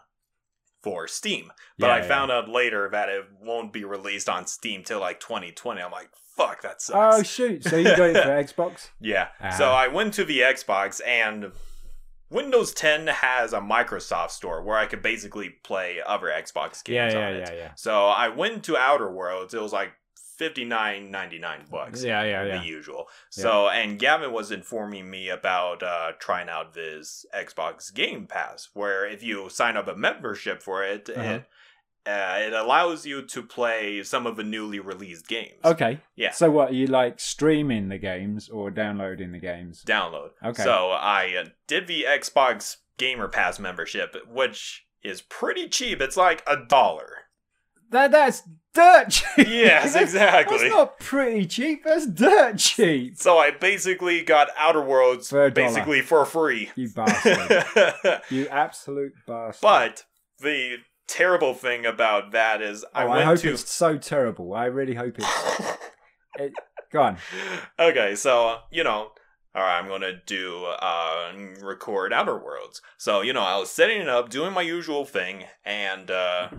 for Steam. But
Yeah,
I
yeah.
found out later that it won't be released on Steam till like 2020. I'm like, fuck, that sucks.
Oh shoot! So you got it
<laughs>
for Xbox?
yeah.
Ah.
So I went to the Xbox and Windows 10 has a Microsoft store where I could basically play other Xbox games on it.
yeah.
So I went to Outer Worlds. It was like fifty nine ninety nine bucks.
Yeah, yeah, yeah.
The usual. So, and Gavin was informing me about uh, trying out this Xbox Game Pass, where if you sign up a membership for it,
Uh-huh.
it uh, it allows you to play some of the newly released games.
Okay.
Yeah.
So what are you like streaming the games or downloading the games?
download.
Okay.
So I uh, did the Xbox Gamer Pass membership, which is pretty cheap. It's like a
<laughs>
dollar.
That that's dirt <laughs> cheap.
Yes,
That's-
exactly.
That's not pretty cheap. That's dirt cheap.
So I basically got Outer Worlds
For a dollar.
basically for free. <laughs>
You bastard. you absolute bastard.
but the terrible thing about that is
oh, I,
I went
hope
to
it's so terrible. I really hope
<laughs>
it's. It, go on.
okay, so you know, all right, I'm gonna do uh, record Outer Worlds. So you know, I was setting it up, doing my usual thing, and uh,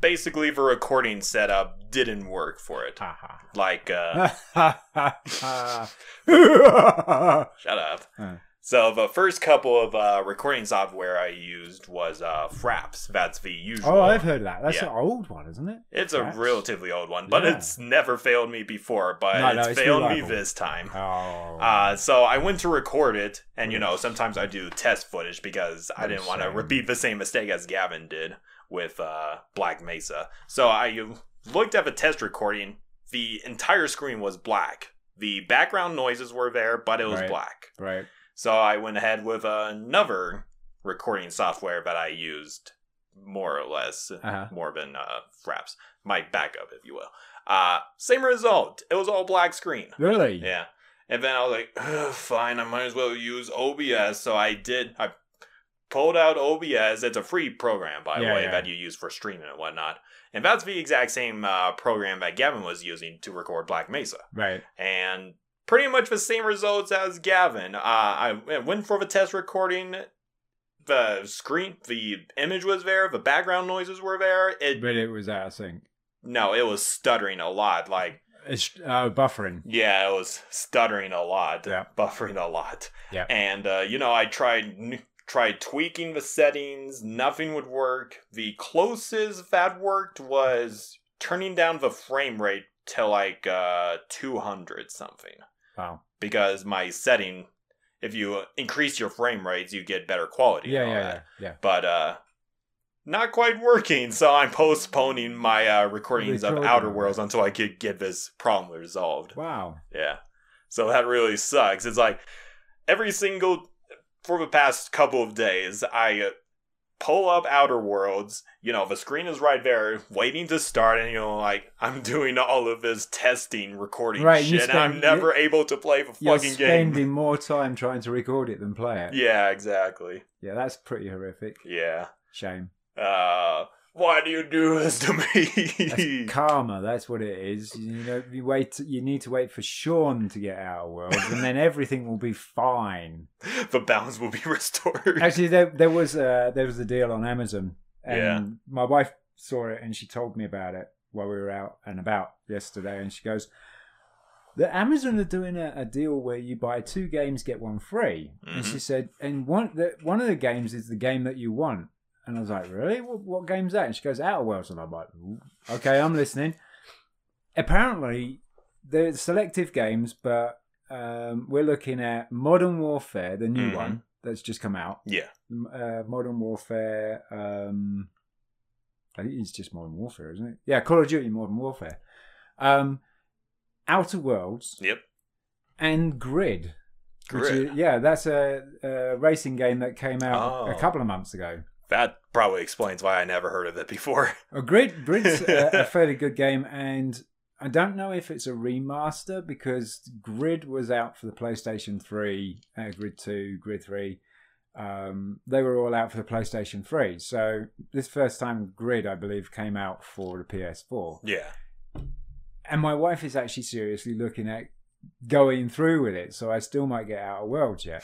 basically the recording setup didn't work for it. Like, uh, shut up.
Huh.
So the first couple of uh, recording software I used was uh, Fraps. That's the
<laughs>
usual.
oh, I've heard of that. That's an
Yeah.
old one, isn't it?
It's a
Fraps.
relatively old one, but
Yeah.
it's never failed me before. But
No, no,
it's,
it's
failed
reliable.
me this time.
Oh.
Uh, so I went to record it, and you know, sometimes I do test footage because I
Oh,
didn't want to
same.
repeat the same mistake as Gavin did with uh, Black Mesa. So I looked at the test recording. The entire screen was black. The background noises were there, but it was
Right.
black.
right.
So I went ahead with another recording software that I used more or less
Uh-huh.
more than uh, Fraps, my backup, if you will. Uh, same result. It was all black screen.
Really?
Yeah. And then I was like, "Ugh, fine, I might as well use OBS. So I did. I pulled out OBS. It's a free program, by the
Yeah,
way,
yeah.
that you use for streaming and whatnot. And that's the exact same uh, program that Gavin was using to record Black Mesa.
Right.
And pretty much the same results as Gavin. Uh, I went for the test recording. The screen, the image was there. The background noises were there. It
But it was out of sync.
no, it was stuttering a lot. Like
It's uh, buffering.
yeah, it was stuttering a lot,
Yeah.
buffering a lot.
Yeah.
And uh, you know, I tried n- tried tweaking the settings, nothing would work. The closest that worked was turning down the frame rate to like uh 200 something
Wow.
because my setting if you increase your frame rates, you get better quality.
Yeah,
and all
yeah,
that
yeah, yeah.
but uh not quite working so i'm postponing my uh recordings of
Recording.
outer worlds until i could get this problem resolved
Wow.
yeah so that really sucks it's like every single for the past couple of days i uh, pull up outer worlds you know the screen is right there waiting to start and you know like i'm <laughs> doing all of this testing recording
Right, you
shit and i'm
spend-
never able to play the
You're
fucking
spending
game
more time trying to record it than play it.
<laughs> yeah exactly
Yeah, that's pretty horrific.
yeah
Shame.
uh, why do you do this to <laughs> me?
That's karma. That's what it is. You know, you wait. You need to wait for Sean to get out of world, and then everything will be fine.
the balance will be <laughs> restored.
Actually, there there was a, there was a deal on Amazon, and
Yeah.
my wife saw it and she told me about it while we were out and about yesterday, and she goes. The Amazon are doing a, a deal where you buy two games get one free, and she said, and one the, one of the games is the game that you want, and I was like, really? What, what game's that? And she goes, Outer Worlds, and I'm like, "Ooh, okay, I'm listening. Apparently, they're selective games, but um, we're looking at Modern Warfare, the new
Mhm.
one that's just come out.
Yeah.
M- Uh, Modern Warfare. Um, I think it's just Modern Warfare, isn't it? Yeah, Call of Duty Modern Warfare. Um, Outer Worlds
Yep.
and Grid. which
Grid.
is- yeah, that's a, a racing game that came out
Oh.
a couple of months ago.
That probably explains why I never heard of it before. <laughs>
Well, Grid Grid's uh, a, a fairly good game, and I don't know if it's a remaster because Grid was out for the PlayStation Three, uh, Grid Two, Grid Three. Um, they were all out for the PlayStation Three, so this first time Grid, I believe, came out for the PS4.
Yeah.
And my wife is actually seriously looking at going through with it, so I still might get out of world yet.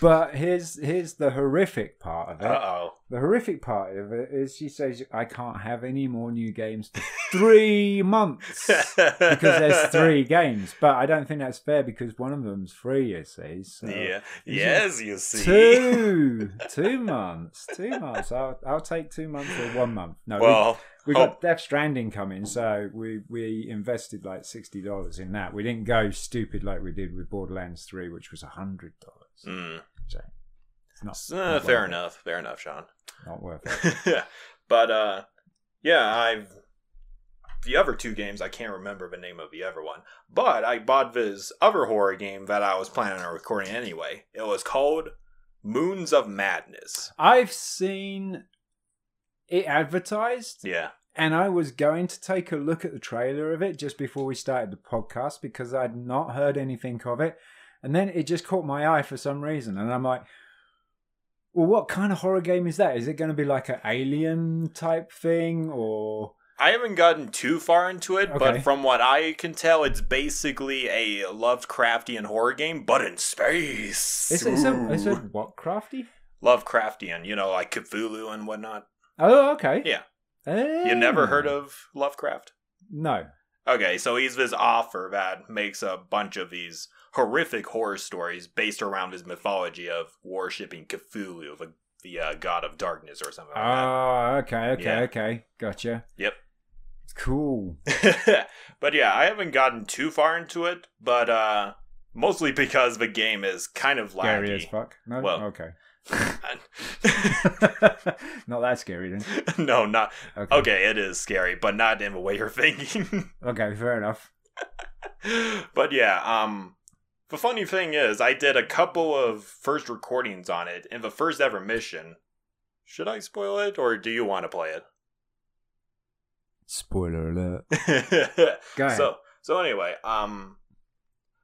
But here's here's the horrific part of it.
Uh oh.
The horrific part of it is she says, "I can't have any more new games for
<laughs>
three months because there's three games." But I don't think that's fair because one of them's free. You see, so
Yeah. Yes, you see. <laughs>
two two months, two months. I'll I'll take two months or one month. No, we-
Well, oh.
we
hope-
got Death Stranding coming, so we we invested like sixty dollars in that. We didn't go stupid like we did with Borderlands Three, which was hundred dollars.
mm,
It's not
uh,
not
fair
worth it.
enough. Fair enough, Sean. <laughs>
Not worth it.
but uh, yeah, I've the other two games I can't remember the name of the other one, but I bought this other horror game that I was planning on recording anyway. It was called Moons of Madness.
I've seen it advertised,
Yeah,
and I was going to take a look at the trailer of it just before we started the podcast because I'd not heard anything of it, and then it just caught my eye for some reason, and I'm like. Well, what kind of horror game is that? Is it going to be like an alien type thing, or
I haven't gotten too far into it,
Okay.
but from what I can tell, it's basically a Lovecraftian horror game, but in space.
Is it, is it, is it
Ooh.
what crafty?
Lovecraftian, you know, like Cthulhu and whatnot.
Oh, okay.
Yeah.
Eh.
You never heard of Lovecraft?
No.
Okay, so he's this author that makes a bunch of these horrific horror stories based around his mythology of worshipping Cthulhu, the, the uh, god of darkness or something like
Oh, okay, okay,
Yeah.
okay. Gotcha.
Yep.
Cool.
that. <laughs> but yeah, I haven't gotten too far into it, but uh, mostly because the game is kind of
Scary as
laggy.
fuck. No.
Well.
Okay. <laughs> not that scary then.
<laughs> no, not
Okay.
okay. It is scary, but not in the way you're thinking. <laughs>
Okay, fair enough.
but yeah, um the funny thing is I did a couple of first recordings on it in the first ever mission. Should I spoil it or do you want to play
Spoiler alert.
it? <laughs>
Go ahead.
so so anyway, um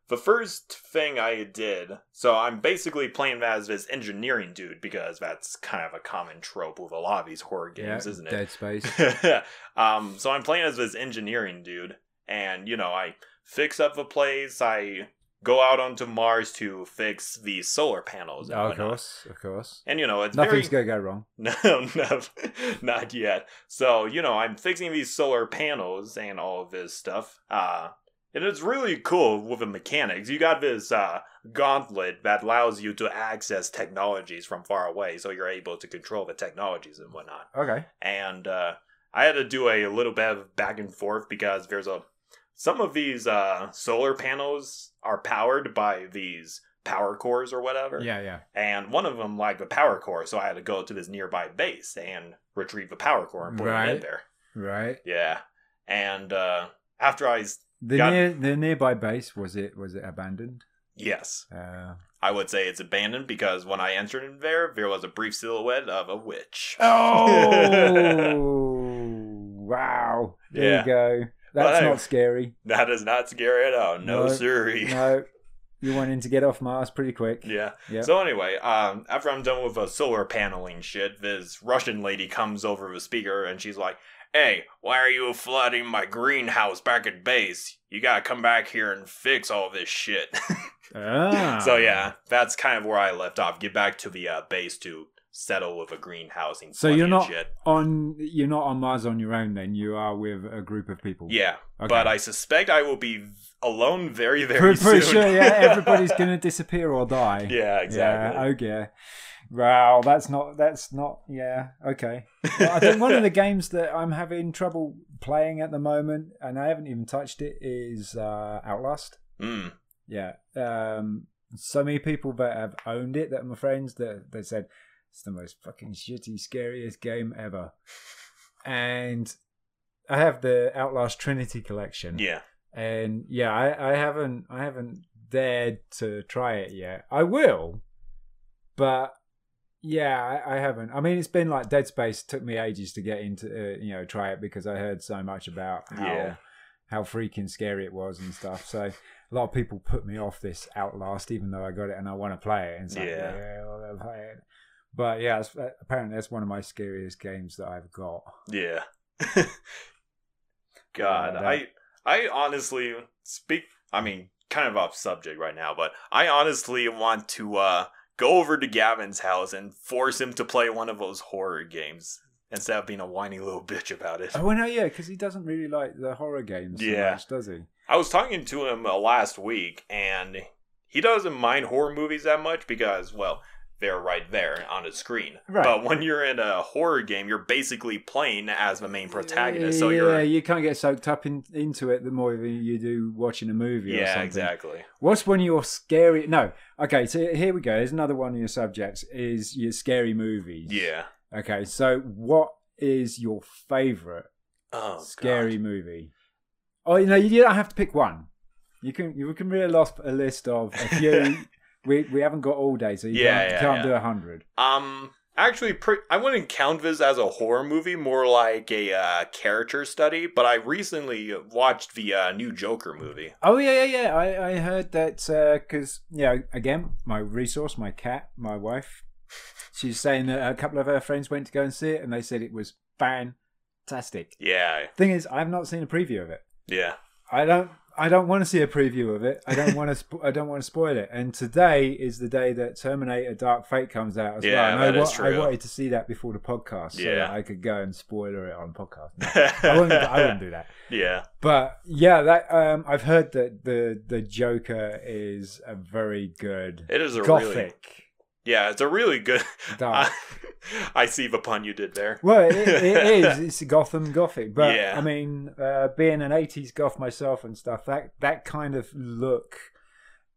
the first thing I did, so I'm basically playing as this engineering dude because that's kind of a common trope with a lot of these horror games, isn't <laughs> it?
Dead Space.
um, so I'm playing as this engineering dude, and you know, I fix up the place. I go out onto Mars to fix the solar panels. And,
Oh, of
whatnot.
course, of course.
and you know, it's very
Nothing's gonna go wrong.
<laughs> no, no, not yet. So, you know, I'm fixing these solar panels and all of this stuff. Uh, and it's really cool with the mechanics. You got this uh, gauntlet that allows you to access technologies from far away, so you're able to control the technologies and whatnot
Okay.
and uh, I had to do a little bit of back and forth because there's a some of these uh, solar panels are powered by these power cores or whatever,
Yeah, yeah.
and one of them like a power core, so I had to go to this nearby base and retrieve the power core and put it in
Right.
there.
Right.
Yeah, and uh, after I s-
The
Got-
near the nearby base was it was it abandoned?
yes,
Uh,
I would say it's abandoned because when I entered in there, there was a brief silhouette of a witch.
Oh <laughs> wow! There
Yeah.
you go.
Well,
That's
hey.
not
<laughs>
scary.
<laughs> That is not scary at all. No,
No,
siree.
No, you're wanting to get off Mars pretty quick.
Yeah.
Yep.
So anyway, um, after I'm done with the solar paneling shit, this Russian lady comes over the speaker and she's like, "Hey, why are you flooding my greenhouse back at base? You gotta come back here and fix all this shit." <laughs>
Ah.
so yeah, that's kind of where I left off. Get back to the uh, base to settle with a greenhouse and
So you're
flooding and
not-
shit.
On you're not on Mars on your own. Then you are with a group of people.
Yeah,
Okay.
but I sospect I will be
<laughs>
alone very very
pretty, pretty
soon.
sure.
<laughs>
Yeah, everybody's gonna disappear or die.
yeah, exactly.
Yeah, oh yeah. Wow, that's not that's not yeah, okay. Well, I think one of
<laughs>
the games that I'm having trouble playing at the moment and I haven't even touched it is uh Outlast.
Mm,
Yeah. Um so many people that have owned it that are my friends that they said it's the most fucking shitty, scariest game
<laughs>
ever. And I have the Outlast Trinity collection
yeah.
and yeah I, I haven't i haven't dared to try it yet i will but yeah i, I haven't i mean it's been like dead space took me ages to get into uh, you know try it because i heard so much about how
Yeah.
how freaking scary it was and stuff so a lot of people put me off this outlast even though i got it and i want to play it and it's like,
Yeah.
yeah, well, I'll play it. but yeah it's, apparently that's one of my scariest games that i've got
Yeah. <laughs> God,
Yeah,
I
that-
I honestly speak I mean, kind of off subject right now, but I honestly want to uh go over to Gavin's house and force him to play one of those horror games instead of being a whiny little <laughs> bitch about it.
Oh, well, no, yeah, because he doesn't really like the horror games
Yeah.
so much, does he?
I was talking to him uh, last week, and he doesn't mind horror movies that much because, well, they're right there on a screen.
Right.
But when you're in a horror game, you're basically playing as the main protagonist. So
yeah,
you're.
you can't get soaked up in, into it the more than you do watching a movie or
Yeah,
something.
exactly.
What's one of your scary? No, okay. So here we go. Here's another one of your subjects: is your scary movies.
Yeah.
Okay. So what is your favorite
Oh, God.
scary movie? Oh, you know, you don't have to pick one. You can you can reel off a list of
<laughs>
a few. we we haven't got all day, so you
Yeah,
can't,
yeah,
can't
yeah.
do a hundred.
Um, actually, pre- I wouldn't count this as a horror movie, more like a uh, character study. But I recently watched the uh, new Joker movie.
Oh yeah, yeah, yeah. I, I heard that because you know, again, my resource, my cat, my wife, she's saying that a couple of her friends went to go and see it, and they said it was fantastic.
Yeah,
Thing is, I've not seen a preview of it.
yeah,
I don't. I don't want to see a preview of it. I don't want to. Sp- I don't want to spoil it. And today is the day that Terminator: Dark Fate comes out as
Yeah,
well. And I,
that is
wa- I
true.
wanted to see that before the podcast, so
Yeah.
that I could go and spoiler it on podcast.
<laughs>
No, I wouldn't. I wouldn't do that.
yeah,
But yeah, that um, I've heard that the the Joker is a very good
it is a really <laughs>
gothic.
yeah, it's a really good.
Dark.
I, <laughs> I see the pun you did there.
Well, it, it is. It's Gotham Gothic, but
Yeah.
I mean, uh, being an '80s goth myself and stuff, that that kind of look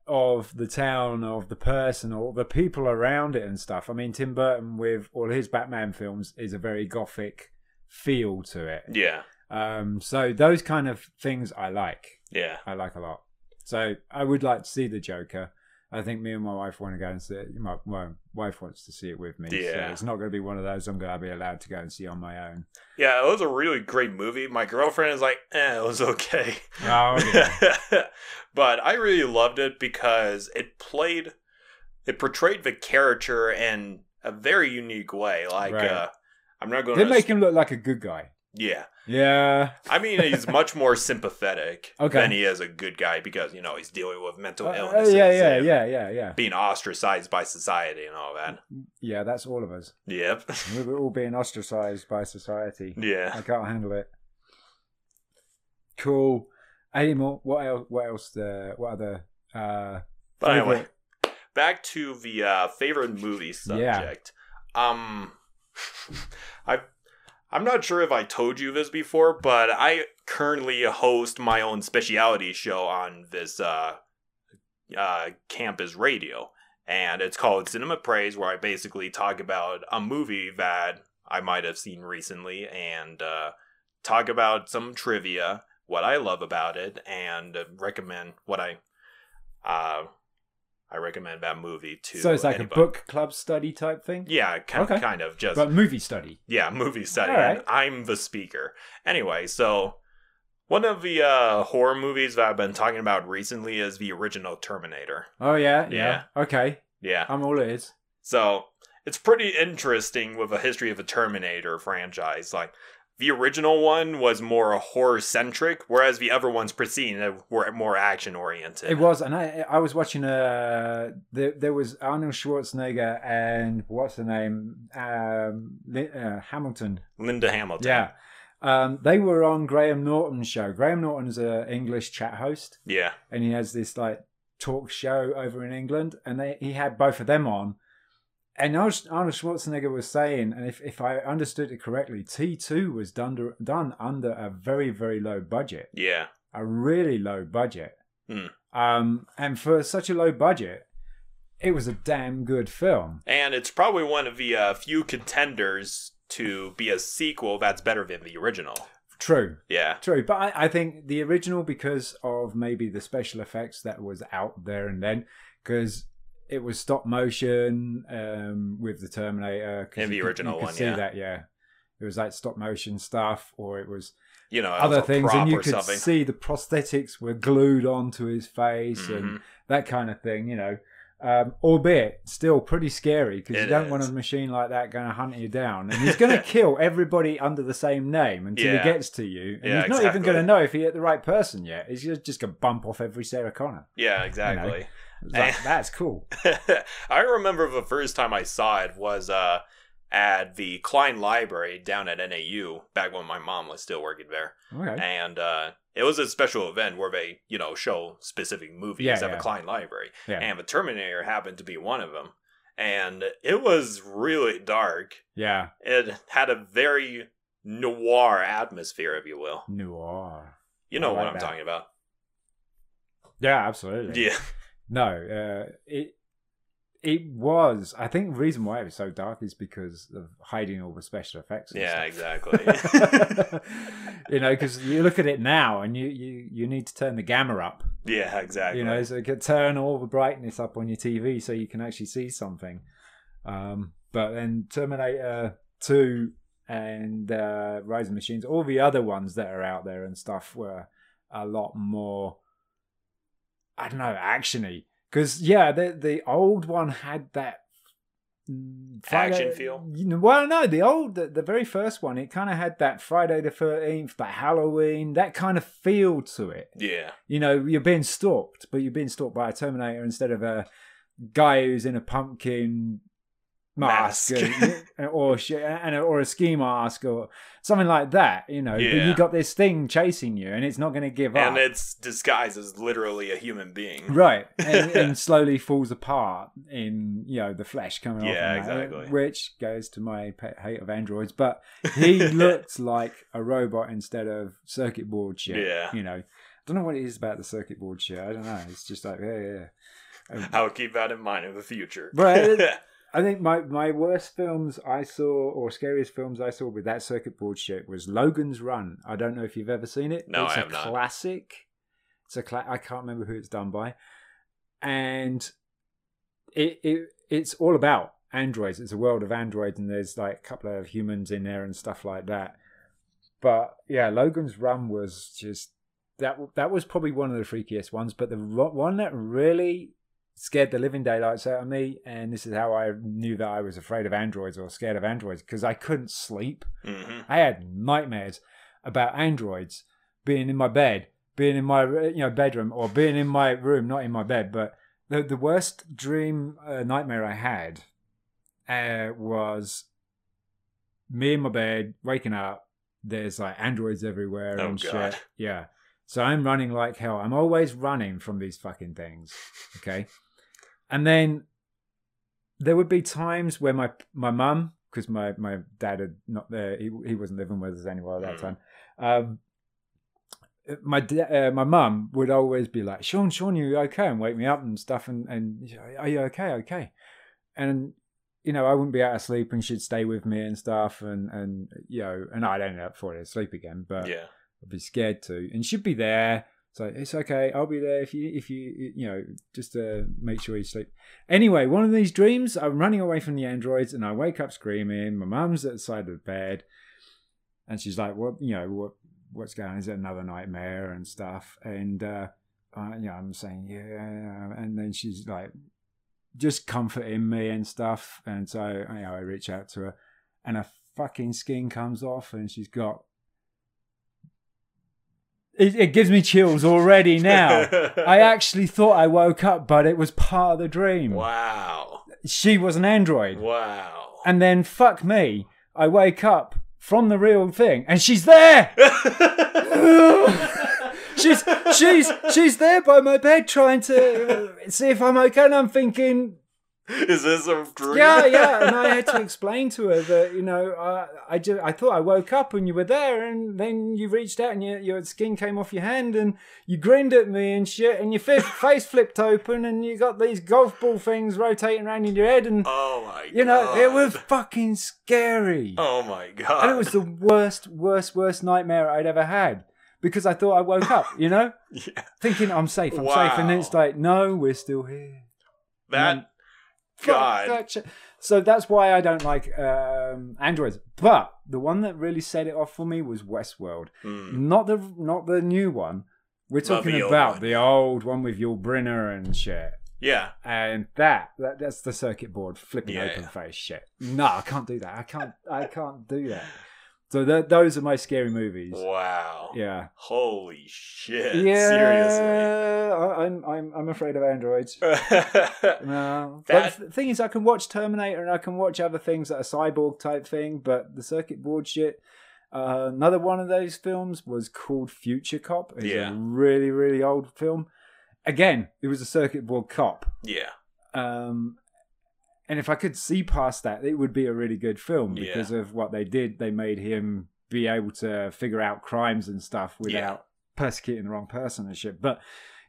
of the town, of the person, or the people around it and stuff. I mean, Tim Burton with all his Batman films is a very gothic feel to it.
Yeah,
Um, so those kind of things I like.
yeah,
I like a lot. So I would like to see the Joker. I think me and my wife want to go and see it. My, my wife wants to see it with me.
Yeah.
So it's not going to be one of those I'm going to be allowed to go and see on my
<laughs>
own.
yeah. It was a really great movie. My girlfriend is like, eh, it was okay.
Oh,
<laughs> but I really loved it because it played, it portrayed the character in a very unique way. Like,
Right.
uh, I'm not
<laughs>
going
they
to.
make him look like a good guy.
yeah.
Yeah.
I
<laughs>
mean, he's much more sympathetic
Okay.
than he is a good guy because, you know, he's dealing with mental
Uh,
illness.
yeah, yeah, yeah, yeah, yeah.
Being ostracized by society and all that.
Yeah, that's all of us.
Yep. <laughs>
We're all being ostracized by society.
yeah.
I can't handle it. Cool. Any more? What else? What else? Uh, what other? Uh,
But anyway, back to the uh, favorite movie subject. Um, <laughs> I I'm not sure if I told you this before, but I currently host my own speciality show on this uh, uh, campus radio, and it's called Cinema Praise, where I basically talk about a movie that I might have seen recently and uh, talk about some trivia, what I love about it, and recommend what I. Uh, I recommend that movie to.
so it's like
anybody.
a book club study type thing.
Yeah, kind,
Okay.
kind of just
But movie study.
yeah, movie study.
All right.
and I'm the speaker. Anyway, so one of the uh, horror movies that I've been talking about recently is the original Terminator.
Oh yeah, yeah.
Yeah.
Okay,
Yeah.
I'm all ears.
So it's pretty interesting with a history of the Terminator franchise. Like the original one was more horror centric, whereas the other ones preceding it were more action oriented.
It was, and I I was watching uh there there was Arnold Schwarzenegger and what's the name um Li- uh, Hamilton.
Linda Hamilton.
Yeah, um they were on Graham Norton's show. Graham Norton's an English chat host,
Yeah.
and he has this like talk show over in England, and they he had both of them on. And Arnold Arnold Schwarzenegger was saying, and if, if I understood it correctly, T two was done to- done under a very very low budget
Yeah.
a really low budget.
Hmm.
Um, and for such a low budget, it was a damn good film.
And it's probably one of the uh, few contenders to be a sequel that's better than the original.
True,
Yeah.
true. But I, I think the original, because of maybe the special effects that was out there and then, because it was stop motion um, with the Terminator. 'cause
In the
you could-
original
you could
one,
see
yeah.
that, yeah. It was like stop motion stuff, or it was
you know,
other
as a
things,
prop
and you
or
could
something.
see the prosthetics were glued onto his face, and
Mhm.
that kind of thing, you know. Um, albeit still pretty scary because you
It
don't want a
is.
machine like that going to hunt you down, and he's
<laughs>
going to kill everybody under the same name until he
Yeah.
gets to you, and
Yeah,
he's not even
exactly.
going to know if he hit the right person yet. He's just, just going to bump off every Sarah Connor.
Yeah, exactly.
It was
<laughs>
like, that's cool.
I remember the first time I saw it was uh, at the Klein Library down at NAU back when my mom was still working there.
Okay.
And uh, it was a special event where they, you know, show specific movies
Yeah,
at
yeah.
the Klein Library.
Yeah.
And the Terminator happened to be one of them. And it was really dark.
Yeah.
It had a very noir atmosphere, if you will.
Noir.
You know
I
what
like
I'm
that.
talking about.
Yeah, absolutely.
Yeah.
No, uh, it it was. I think the reason why it was so dark is because of hiding all the special effects. And
Yeah,
stuff. <laughs>
exactly. <laughs>
you know, because you look at it now and you, you, you need to turn the gamma up.
yeah, exactly.
You know, so you can turn all the brightness up on your TV so you can actually see something. Um, but then Terminator 2 and uh, Rise of Machines, all the other ones that are out there and stuff were a lot more, I don't know, actiony. Because, yeah, the, the old one had that. mm,
Action feel?
You know, well, no, the old, the, the very first one, it kind of had that Friday the 13th, that Halloween, that kind of feel to it
yeah.
you know, you're being stalked, but you're being stalked by a Terminator instead of a guy who's in a pumpkin mask,
Mask.
and- or sh- and or a ski mask or something like that. You know, but
Yeah.
you got this thing chasing you, and it's not going to give
And
up.
it's disguised as literally a human being. <laughs>
Right, and, and slowly falls apart in you know the flesh coming off.
Yeah,
and that,
exactly.
Which goes to my pet hate of androids, but
<laughs>
he looked like a robot instead of circuit board shit.
Yeah.
You know, I don't know what it is about the circuit board shit. I don't know. It's just like, yeah, yeah. Um,
I'll keep that in mind in the future.
Right.
<laughs>
I think my, my worst films I saw or scariest films I saw with that circuit board shit was Logan's Run. I don't know if you've ever seen it.
No,
it's
I
a
have not.
Classic. It's a cla- I can't remember who it's done by, and it, it it's all about androids. It's a world of androids, and there's like a couple of humans in there and stuff like that. But yeah, Logan's Run was just that. That was probably one of the freakiest ones. But the ro- one that really scared the living daylights out of me, and this is how I knew that I was afraid of androids or scared of androids because I couldn't sleep.
hmm
I had nightmares about androids being in my bed, being in my uh, you know bedroom, or being in my room, not in my bed. But the the worst dream uh, nightmare I had uh, was me in my bed, waking up. There's like androids everywhere
Oh,
and
God.
shit. Yeah. So I'm running like hell. I'm always running from these fucking things. Okay. And then there would be times where my my mum, because my my dad had not there, he he wasn't living with us anywhere at that
Mm.
time. Um, my da- uh, my mum would always be like, "Sean, Sean, you okay?" and wake me up and stuff, and and are you okay? Okay, and you know I wouldn't be out of sleep, and she'd stay with me and stuff, and and you know, and I'd end up falling asleep again, but
Yeah.
I'd be scared to, and she'd be there. So it's okay. I'll be there if you, if you, you know, just to make sure you sleep. Anyway, one of these dreams, I'm running away from the androids, and I wake up screaming. My mum's at the side of the bed, and she's like, "What? You know, what? What's going? on? Is it another nightmare and stuff?" And uh, I, you know, I'm saying, "Yeah," and then she's like, just comforting me and stuff. And so, you know, I reach out to her, and her fucking skin comes off, and she's got it, it gives me chills already now. I actually thought I woke up, but it was part of the dream.
Wow.
She was an android.
Wow.
And then, fuck me, I wake up from the real thing and she's there! she's, she's, she's there by my bed trying to uh, see if I'm okay. And I'm thinking,
<laughs> Is this a dream?
yeah, yeah. And I had to explain to her that, you know, uh, I, ju- I thought I woke up and you were there, and then you reached out and your, your skin came off your hand, and you grinned at me and shit, and your fi- face flipped open, and you got these golf ball things rotating around in your head, and,
<laughs> Oh my god.
you know, it was fucking scary.
Oh my god.
And it was the worst, worst, worst nightmare I'd ever had because I thought I woke up, you know,
<laughs> Yeah.
thinking I'm safe, I'm safe. And then it's
Wow.
like, no, we're still here.
That.
Fuck
God.
that shit. So that's why I don't like um, androids. But the one that really set it off for me was Westworld.
Mm.
Not the not the new one. We're
Well,
talking
the old
about
one.
the old one with Yul Brynner and shit.
Yeah.
And that, that that's the circuit board flipping
Yeah.
open face shit. No, I can't do that. I can't I can't do that. So th- those are my scary movies.
Wow.
Yeah.
Holy shit.
yeah.
Seriously.
I, I'm I'm I'm afraid of
<laughs>
androids. No.
That-
But the thing is, I can watch Terminator and I can watch other things that are cyborg type thing, but the circuit board shit. Uh, another one of those films was called Future Cop. It's
Yeah.
a really, really old film. Again, it was a circuit board cop.
yeah.
Um, and if I could see past that, it would be a really good film
Yeah.
because of what they did. They made him be able to figure out crimes and stuff without persecuting the wrong person and shit. But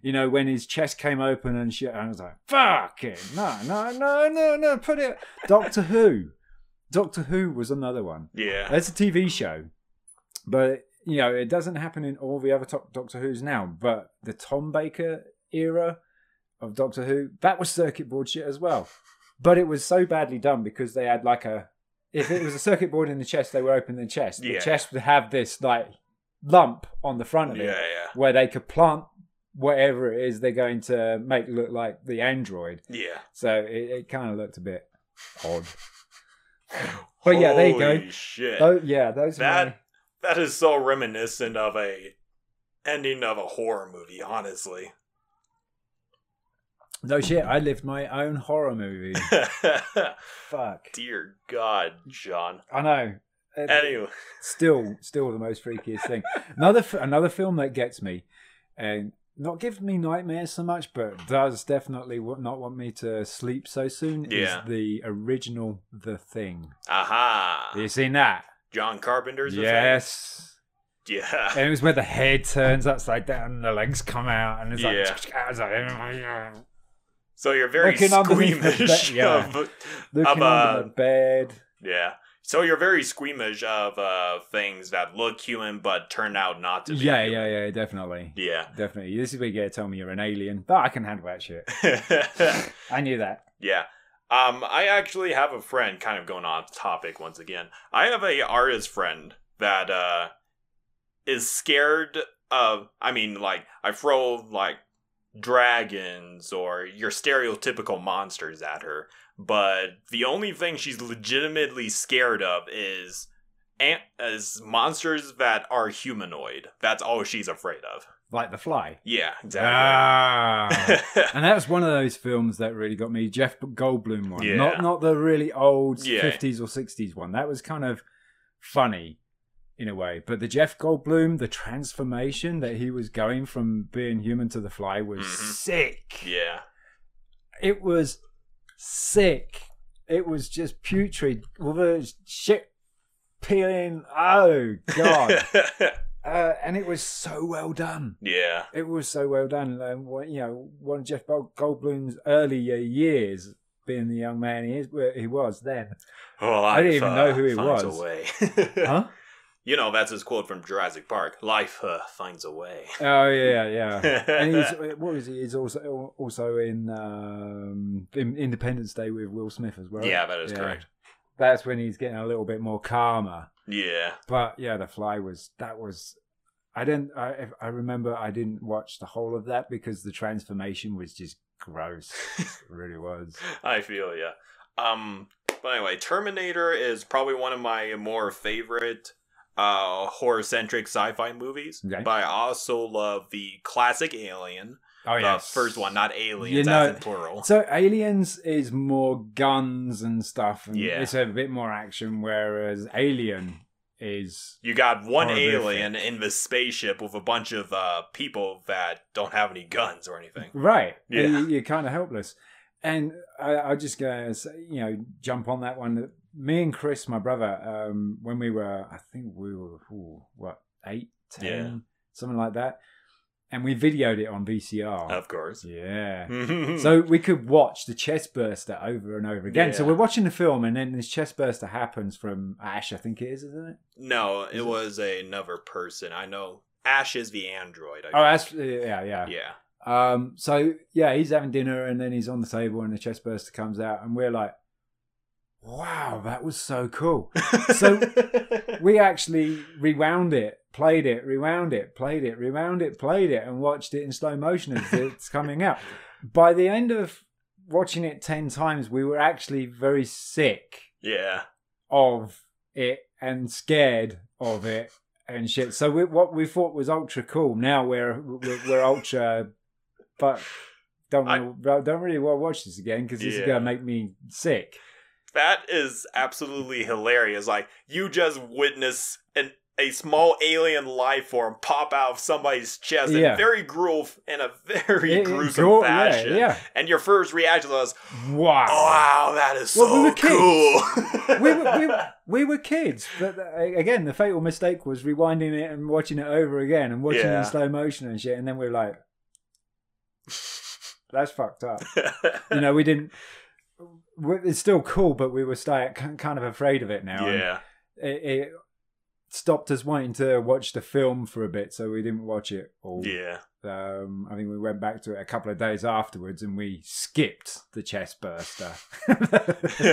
you know, when his chest came open and shit, I was like, "Fucking no, no, no, no, no!" Put it. Doctor Who. Doctor Who was another one.
Yeah.
That's a TV show, but you know it doesn't happen in all the other top Doctor Who's now. But the Tom Baker era of Doctor Who that was circuit board shit as well, but it was so badly done because they had like a if it was a circuit board in the chest, they were open the chest.
Yeah.
The chest would have this like lump on the front of
Yeah.
it
Yeah.
where they could plant whatever it is they're going to make look like the android.
Yeah.
So it, it kind of looked a bit odd. But yeah, there you go.
Holy <laughs> Shit.
Oh yeah, those are my-
That that is so reminiscent of a ending of a horror movie, honestly. <laughs>
No shit, I lived my own horror movie. Fuck.
Dear God, John.
I know. It-
Anyway,
Still, still the most freakiest thing. Another f- another film that gets me, and not gives me nightmares so much, but does definitely w- not want me to sleep so soon.
Yeah.
Is the original The Thing?
aha,
Have you seen that?
John Carpenter's. effect?
yes. <laughs>
yeah,
And it was where the head turns upside down and the legs come out, and it's like, <laughs> oh
Yeah.
it's like
So you're very
Looking underneath the
squeamish
bed, yeah.
of,
looking
of
under
uh,
the bed.
yeah. So you're very squeamish of uh, things that look human but turn out not to be.
Yeah,
human.
yeah, yeah, definitely.
yeah,
Definitely. This is where you get to tell me you're an alien, but I can handle that shit.
yeah, <laughs>
I knew that.
yeah. Um, I actually have a friend, kind of going off topic once again. I have a artist friend that uh is scared of. I mean, like I throw like dragons or your stereotypical monsters at her, but the only thing she's legitimately scared of is ant is monsters that are humanoid. That's all she's afraid of.
Like The Fly.
Yeah, exactly. <laughs>
Ah. and that was one of those films that really got me. Jeff Goldblum one.
Yeah.
Not not the really old
Yeah.
50s or 60s one. That was kind of funny in a way. But the Jeff Goldblum, the transformation that he was going from being human to The Fly was
Mhm.
sick.
yeah.
It was sick. It was just putrid. All the shit peeling. Oh, God. uh, and it was so well done.
<laughs> yeah.
It was so well done. Um, one- you know, one of Jeff Gold- Goldblum's earlier years, being the young man he is, well, he was
<laughs>
then.
Well,
I didn't
life,
even
uh,
know who he
finds a
was.
way.
<laughs>
<laughs>
Huh?
You know, that's his quote from Jurassic Park. Life uh, finds a way.
oh yeah, yeah.
<laughs>
And he's uh, what was he? He's also also in, um, in Independence Day with Will Smith as well.
yeah, that is
Yeah.
correct.
That's when he's getting a little bit more calmer.
Yeah.
But yeah, The Fly was that was. I didn't. I, if- I remember I didn't watch the whole of that because the transformation was just gross. it really was.
I feel yeah. Um, but anyway, Terminator is probably one of my more favorite uh, horror-centric sci-fi movies.
Okay.
But I also love the classic Alien,
Oh
the
yeah,
first one, not Aliens
You know-
as in plural.
So Aliens is more guns and stuff. And
Yeah.
it's a bit more action, whereas Alien is
you got one
Horrific.
alien in the spaceship with a bunch of uh, people that don't have any guns or anything.
right.
<laughs> Yeah.
you, you're kind of helpless. And I, I just gonna say, you know jump on that one. Me and Chris, my brother, um, when we were, I think we were ooh, what eight, ten,
Yeah.
something like that, and we videoed it on VCR.
Of course. Hmm.
yeah.
<laughs>
So we could watch the chest burster over and over again. So
Yeah.
we're watching the film, and then this chest burster happens from Ash, I think it is, isn't it?
No,
Is
it
it-
was another person. I know Ash is the android.
Oh,
I
Ash, yeah, yeah.
think. yeah,
Um, so yeah, he's having dinner, and then he's on the table, and the chest burster comes out, and we're like, "Wow, that was so cool." So-
<laughs>
we actually rewound it, played it, rewound it, played it, rewound it, played it, and watched it in slow motion as it's coming out. By the end of watching it ten times, we were actually very sick
yeah,
of it and scared of it and shit. So we, what we thought was ultra cool, now we're we're, we're ultra, but don't
I-
wanna, don't really want to watch this again because this is
Yeah.
gonna make me sick.
That is absolutely hilarious. Like you just witness an a small alien life form pop out of somebody's chest
Yeah.
in very gruel in a very
It- it-
gruesome
gore- yeah,
fashion. Oh,
yeah.
And your first reaction was,
Wow.
"Wow, that is
Well,
so
we were kids.
cool."
we, were, we, were- we were kids, but uh, again, the fatal mistake was rewinding it and watching it over again and watching it
Yeah.
in slow motion and shit. And then we were
<laughs>
like, "That's fucked up." You know, we didn't. we- It's still cool, but we were sti- k- kind of afraid of it now. and
<laughs> yeah.
It, it stopped us wanting to watch the film for a bit, so we didn't watch it all.
Yeah.
Um, I think we went back to it a couple of days afterwards, and we skipped the chest burster.
<laughs>
<laughs> we're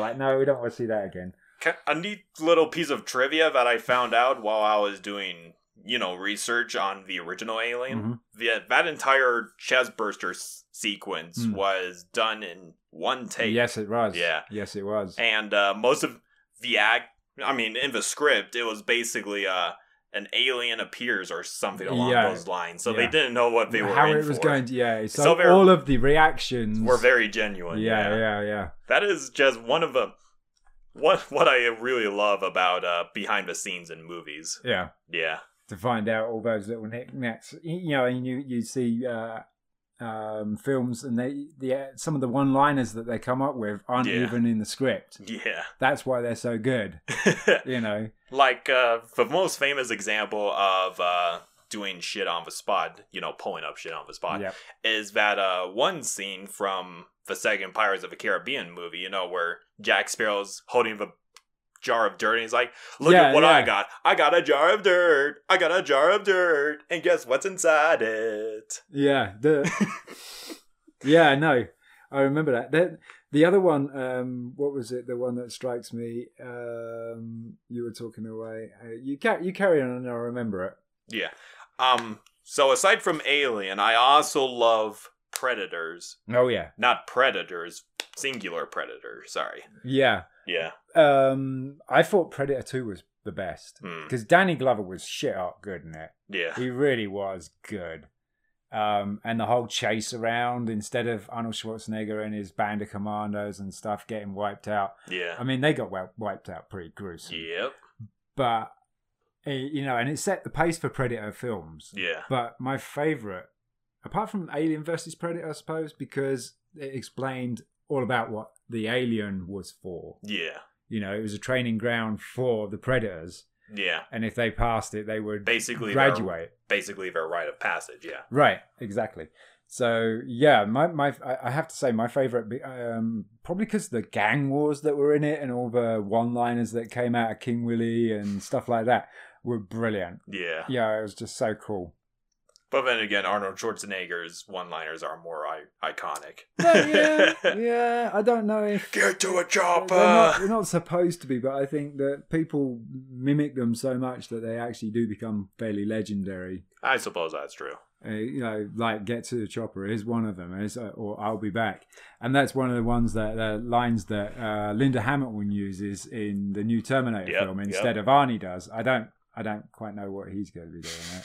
like, "No, we don't want to see that again."
Ca- a neat little piece of trivia that I found out while I was doing, you know, research on the original Alien.
Mhm.
The, that entire chest burster s- sequence
Mm.
was done in one take.
Yes, it was.
Yeah.
Yes, it was.
And uh, most of the act, I mean, in the script, it was basically uh, an alien appears or something along
Yeah.
those lines. So
Yeah.
they didn't know what they were
How
in
it was
for.
going to, yeah. So,
So very-
all of the reactions
were very genuine.
yeah, yeah, yeah.
That is just one of the what what I really love about uh, behind the scenes in movies.
Yeah.
Yeah.
To find out all those little knickknacks, you you know, and you you see uh, um, films and they the some of the one-liners that they come up with aren't
Yeah.
even in the script.
Yeah. <laughs>
That's why they're so good, you <laughs> know.
like uh, the most famous example of uh, doing shit on the spot, you know, pulling up shit on the spot,
Yeah,
is that uh, one scene from the second Pirates of the Caribbean movie, you know, where Jack Sparrow's holding the jar of dirt and he's like, look
Yeah,
at what I
yeah.
got. I got a jar of dirt. I got a jar of dirt. And guess what's inside it?
yeah, <laughs> the yeah, no, I remember that. The, the other one, um, what was it? The one that strikes me. Um, you were talking away. Uh, you ca- you carry on, and I remember it.
Yeah. Um. So aside from Alien, I also love Predators.
Oh yeah,
Not Predators, singular Predator. Sorry.
yeah.
Yeah.
Um, I thought Predator Two was the best
Hmm.
because Danny Glover was shit up good in it.
Yeah.
He really was good. Um, and the whole chase around instead of Arnold Schwarzenegger and his band of commandos and stuff getting wiped out.
Yeah.
I mean, they got wi- wiped out pretty gruesome,
Yep.
but eh, you know, and it set the pace for Predator films.
Yeah.
But my favorite, apart from Alien versus Predator, I suppose, because it explained all about what the alien was for.
Yeah.
you know, it was a training ground for the predators,
Yeah.
and if they passed it, they would
Basically, their,
graduate.
basically their rite of passage. Yeah.
Right, exactly. So yeah, my my I- I have to say my favorite, be- um, probably because the gang wars that were in it and all the one-liners that came out of King Willie and stuff like that were brilliant.
Yeah.
Yeah, it was just so cool.
But then again, Arnold Schwarzenegger's one-liners are more I- iconic.
But <laughs> yeah, yeah, I don't know if
Get to a
they're
chopper.
not, they're not supposed to be, but I think that people mimic them so much that they actually do become fairly legendary.
I suppose that's true.
uh, you know, like get to the chopper is one of them, is uh, or I'll be back, and that's one of the ones that uh, lines that uh, Linda Hamilton uses in the new Terminator
Yep,
film
yep.
instead of Arnie does. I don't, I don't quite know what he's going to be doing. There.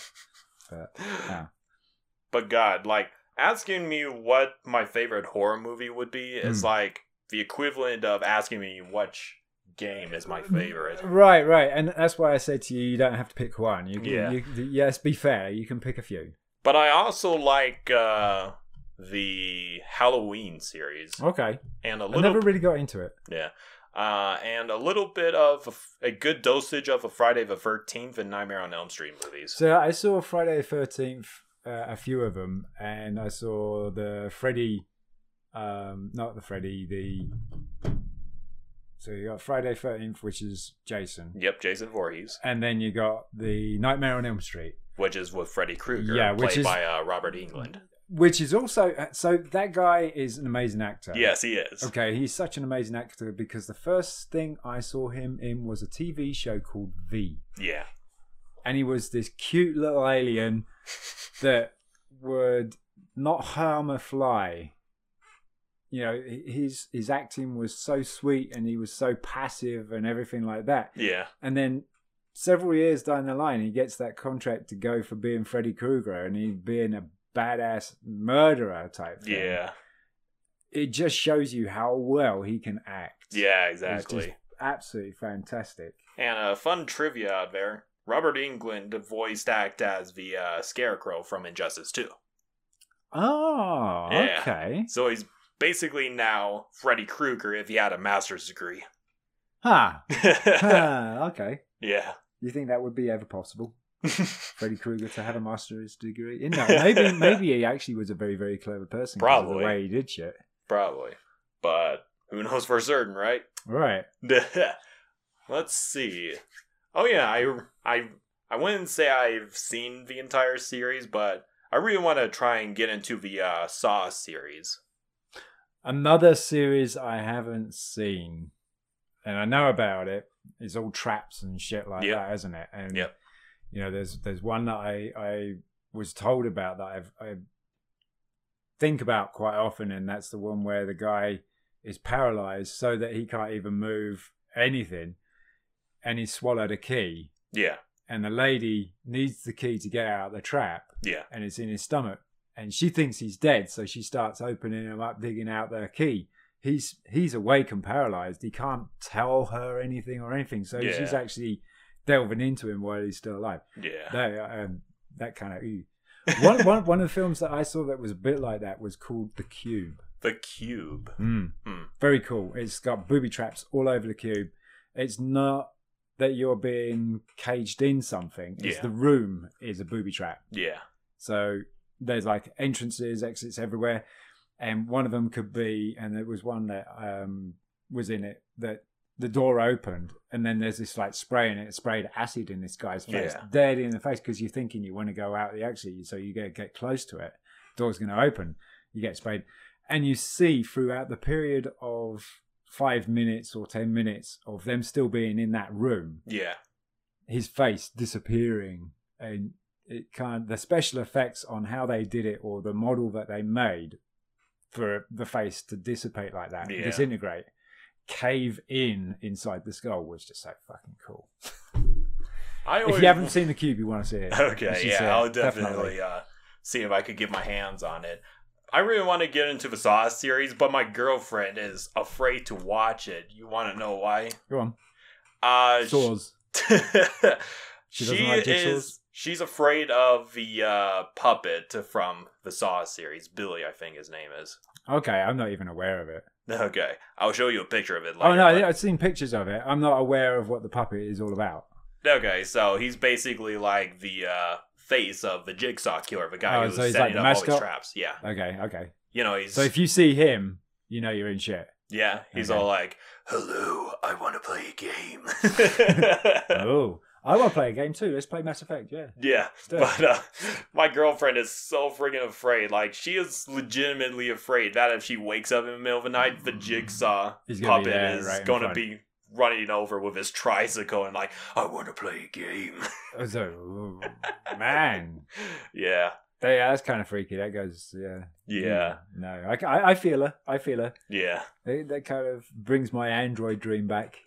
Yeah.
But God, like asking me what my favorite horror movie would be is
Hmm.
like the equivalent of asking me which game is my favorite.
Right, right, and that's why I said to you, you don't have to pick one. You, yeah.
Yeah.
you, yes, be fair. You can pick a few.
But I also like uh, the Halloween series
Okay,
and a
Oh, I
little
never really got into it.
Yeah. Uh, and a little bit of a, f- a good dosage of a Friday the 13th and Nightmare on Elm Street movies.
So I saw Friday the Thirteenth, uh, a few of them, and I saw the Freddy, um, not the Freddy, the. So you got Friday Thirteenth, which is Jason,
yep, Jason Voorhees,
and then you got the Nightmare on Elm Street,
which is with Freddy Krueger,
Yeah, which
played
is-
by uh, Robert England.
which is also uh, so that guy is an amazing actor.
Yes, he is.
Okay, he's such an amazing actor because the first thing I saw him in was a TV show called V.
Yeah.
and he was this cute little
<laughs>
alien that would not harm a fly. you know h- his his acting was so sweet and he was so passive and everything like that
Yeah.
and then several years down the line he gets that contract to go for being freddy krueger and he being a badass murderer type thing.
Yeah.
it just shows you how well he can act
Yeah,
It's just
exactly.
absolutely fantastic
And a uh, fun trivia out there. Robert England voiced act as the uh, Scarecrow from Injustice 2.
oh
Yeah.
okay
So he's basically now Freddy Krueger if he had a
<laughs>
master's degree. <laughs>
huh. Huh, okay
yeah. <laughs>
you think that would be ever possible Freddy Krueger to have a master's degree. <laughs> In that, maybe maybe he actually was a very very clever person. 'cause of
Probably.
the way he did shit.
Probably. But who knows for certain, right? <laughs>
Right.
Let's see. Oh yeah, I I I wouldn't say I've seen the entire series, but I really want to try and get into the uh, Saw series.
Another series I haven't seen, and I know about it. It's all traps and shit like
Yep.
that, isn't it? And
Yep.
you know, there's there's one that I I was told about that I've, I think about quite often, and that's the one where the guy is paralyzed so that he can't even move anything, and he swallowed a key.
Yeah,
and the lady needs the key to get out of the trap
yeah,
and it's in his stomach and she thinks he's dead so she starts opening him up digging out the key he's he's awake and paralyzed he can't tell her anything or anything so
Yeah.
she's actually delving into him while he's still alive
yeah.
that, um, that kind of ew. one, one, one of the films that i saw that was a bit like that was called the cube
<laughs> the cube.
Mm.
Hmm.
Very cool. It's got booby traps all over the cube. It's not that you're being caged in something. It's
Yeah.
the room is a booby trap.
Yeah,
So there's like entrances, exits everywhere, and one of them could be, and there was one that um, was in it that the door opened, and then there's this like spray, and it sprayed acid in this guy's face,
Yeah.
dead in the face, because you're thinking you want to go out the exit, so you get get close to it, door's going to open, you get sprayed, and you see throughout the period of five minutes or ten minutes of them still being in that room,
yeah,
his face disappearing and it kind the special effects on how they did it or the model that they made for the face to dissipate like that
Yeah.
disintegrate cave in inside the skull was just so fucking cool
I
if you haven't seen the cube you want to see it You
okay,
should see it,
yeah, I'll definitely uh, see if I could get my hands on it. I really want to get into the Saw series, but my girlfriend is afraid to watch it. You want to know why?
go
<laughs>
on
Uh,
saws
<laughs>
She
she
doesn't like jigsaws?
is she's afraid of the uh, puppet from the Saw series. Billy, I think his name is.
okay i'm not even aware of it
Okay, I'll show you a picture of it. Later,
oh no
but-
I- i've seen pictures of it i'm not aware of what the puppet is all about
Okay, so he's basically like the uh, face of the Jigsaw killer, the guy
Oh,
who's
so he's like
setting
the
up all
mascot?
these traps. Yeah,
okay okay
you know he's
so if you see him you know you're in
<laughs>
shit
yeah he's
Okay.
all like, "Hello, I want to play
<laughs>
a game." <laughs>
oh i want to play a game too let's play mass effect yeah
yeah,
let's do it.
but uh, my girlfriend is so freaking afraid. Like she is legitimately afraid that if she wakes up in the middle of the night, the Jigsaw
He's gonna be
puppet
there
is
right in
going to
front.
be running over with his tricycle and like, "I want to play a game." <laughs>
I was like, "Ooh, man,
yeah,
That- yeah, that's kind of freaky. That goes, yeah,
yeah,
no, I, I, I feel her. I feel her.
yeah.
That, that kind of brings my Android dream back.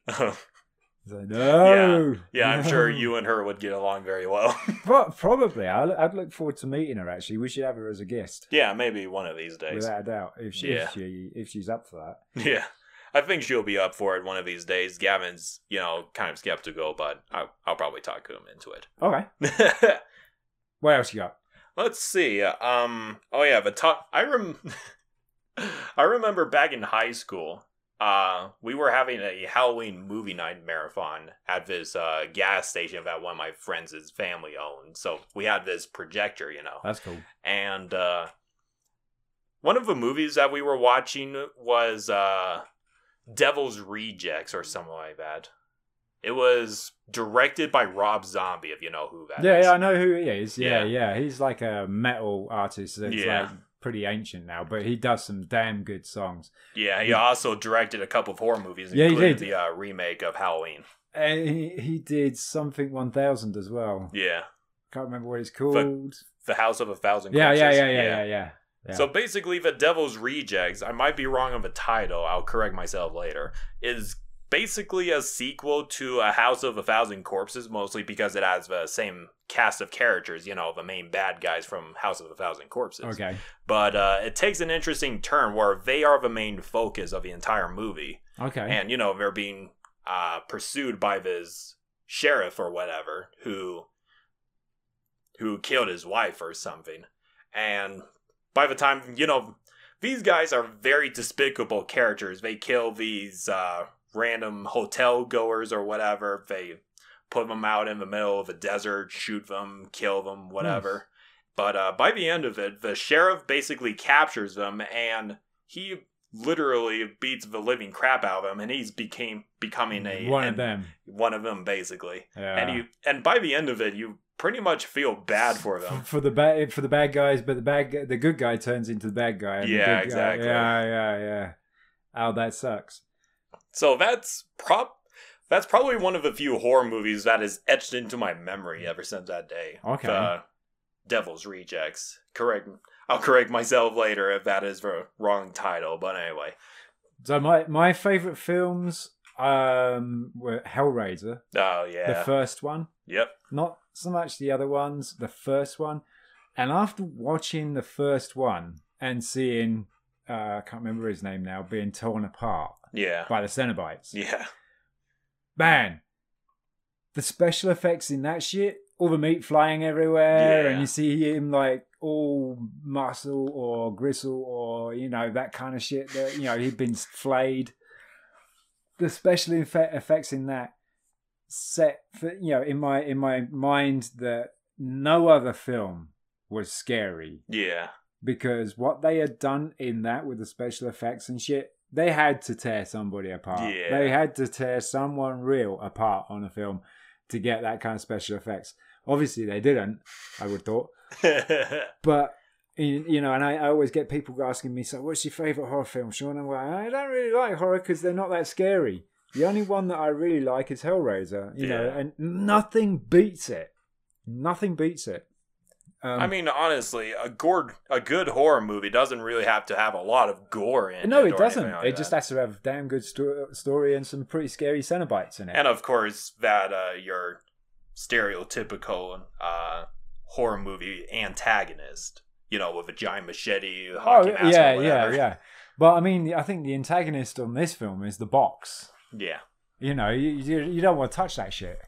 It's like, no,
<laughs> Yeah, I'm
<laughs>
sure
no."
you and her would get along very well. <laughs>
Pro- probably. I'll, I'd look forward to meeting her. Actually, we should have her as a guest,
yeah, maybe one of these days.
without a doubt. If she,
Yeah.
if she, if she's up for that.
Yeah. I think she'll be up for it one of these days. Gavin's, you know, kind of skeptical, but I, I'll probably talk him into
Okay,
it. <laughs>
what else you got?
Let's see. Um. Oh yeah, the top. I rem. <laughs> I remember back in high school. Uh, we were having a Halloween movie night marathon at this uh, gas station that one of my friends' family owned. So we had this projector, you know.
That's cool.
and uh, one of the movies that we were watching was uh, Devil's Rejects or something like that. It was directed by Rob Zombie, if you know who that is.
Yeah, yeah, I know who he is. Yeah,
Yeah.
yeah, he's like a metal artist. That's
Yeah.
like pretty ancient now, but he does some damn good songs.
Yeah, he also directed a couple of horror movies,
Yeah, he
including
did.
the uh, remake of Halloween.
And he, he did something 1000 as well.
Yeah,
Can't remember what it's called.
The House of a Thousand
yeah, yeah,
Corpses.
yeah, yeah, yeah, yeah. Yeah.
So basically, The Devil's Rejects, I might be wrong on the title, I'll correct myself later, is basically a sequel to A House of a Thousand Corpses, mostly because it has the same cast of characters, you know, the main bad guys from House of a Thousand Corpses.
Okay.
But uh, it takes an interesting turn where they are the main focus of the entire movie.
Okay.
And, you know, they're being uh, pursued by this sheriff or whatever who who killed his wife or something. And by the time, you know, these guys are very despicable characters. They kill these uh, random hotel goers or whatever. They put them out in the middle of a desert, shoot them, kill them, whatever.
Nice.
But uh, by the end of it, the sheriff basically captures them and he literally beats the living crap out of him and he's became becoming a
one
an-
of them.
one of them basically
Yeah.
and you and by the end of it you pretty much feel bad for them
<laughs> for the bad for the bad guys, but the bad gu- the good guy turns into the bad guy. and the
Yeah,
good guy-
exactly.
yeah, yeah, yeah. Oh, that sucks.
So that's prop. That's probably one of the few horror movies that is etched into my memory ever since that day.
Okay.
The Devil's Rejects. Correct. I'll correct myself later if that is the wrong title. But anyway,
So my my favorite films um were Hellraiser,
oh
the
yeah,
first one,
yep,
not so much the other ones, the first one. And after watching the first one and seeing uh, I can't remember his name now, being torn apart
yeah,
by the Cenobites.
yeah,
man, the special effects in that shit, all the meat flying everywhere,
Yeah.
and you see him like all muscle or gristle or you know that kind of shit that you know he'd been flayed. The special effe- effects in that set for you know in my in my mind that no other film was scary
yeah,
because what they had done in that with the special effects and shit, they had to tear somebody apart.
Yeah.
They had to tear someone real apart on a film to get that kind of special effects. Obviously, they didn't. I would thought,
<laughs>
but. You you know, and I, I always get people asking me, so what's your favorite horror film, Sean? I'm like, I don't really like horror because they're not that scary. The only one that I really like is Hellraiser, you know,
Yeah.
and nothing beats it. Nothing beats it. Um,
I mean, honestly, a gore, a good horror movie doesn't really have to have a lot of gore in.
No,
it,
it
or
doesn't.
anything like
it just
that.
has to have a damn good sto- story and some pretty scary Cenobites in it.
and of course that uh, your stereotypical uh, horror movie antagonist, you know, with a giant machete, a hockey mask,
Oh, yeah,
or
yeah,
whatever.
yeah. But I mean, I think the antagonist on this film is the box.
yeah,
You know, you you, you don't want to touch that shit,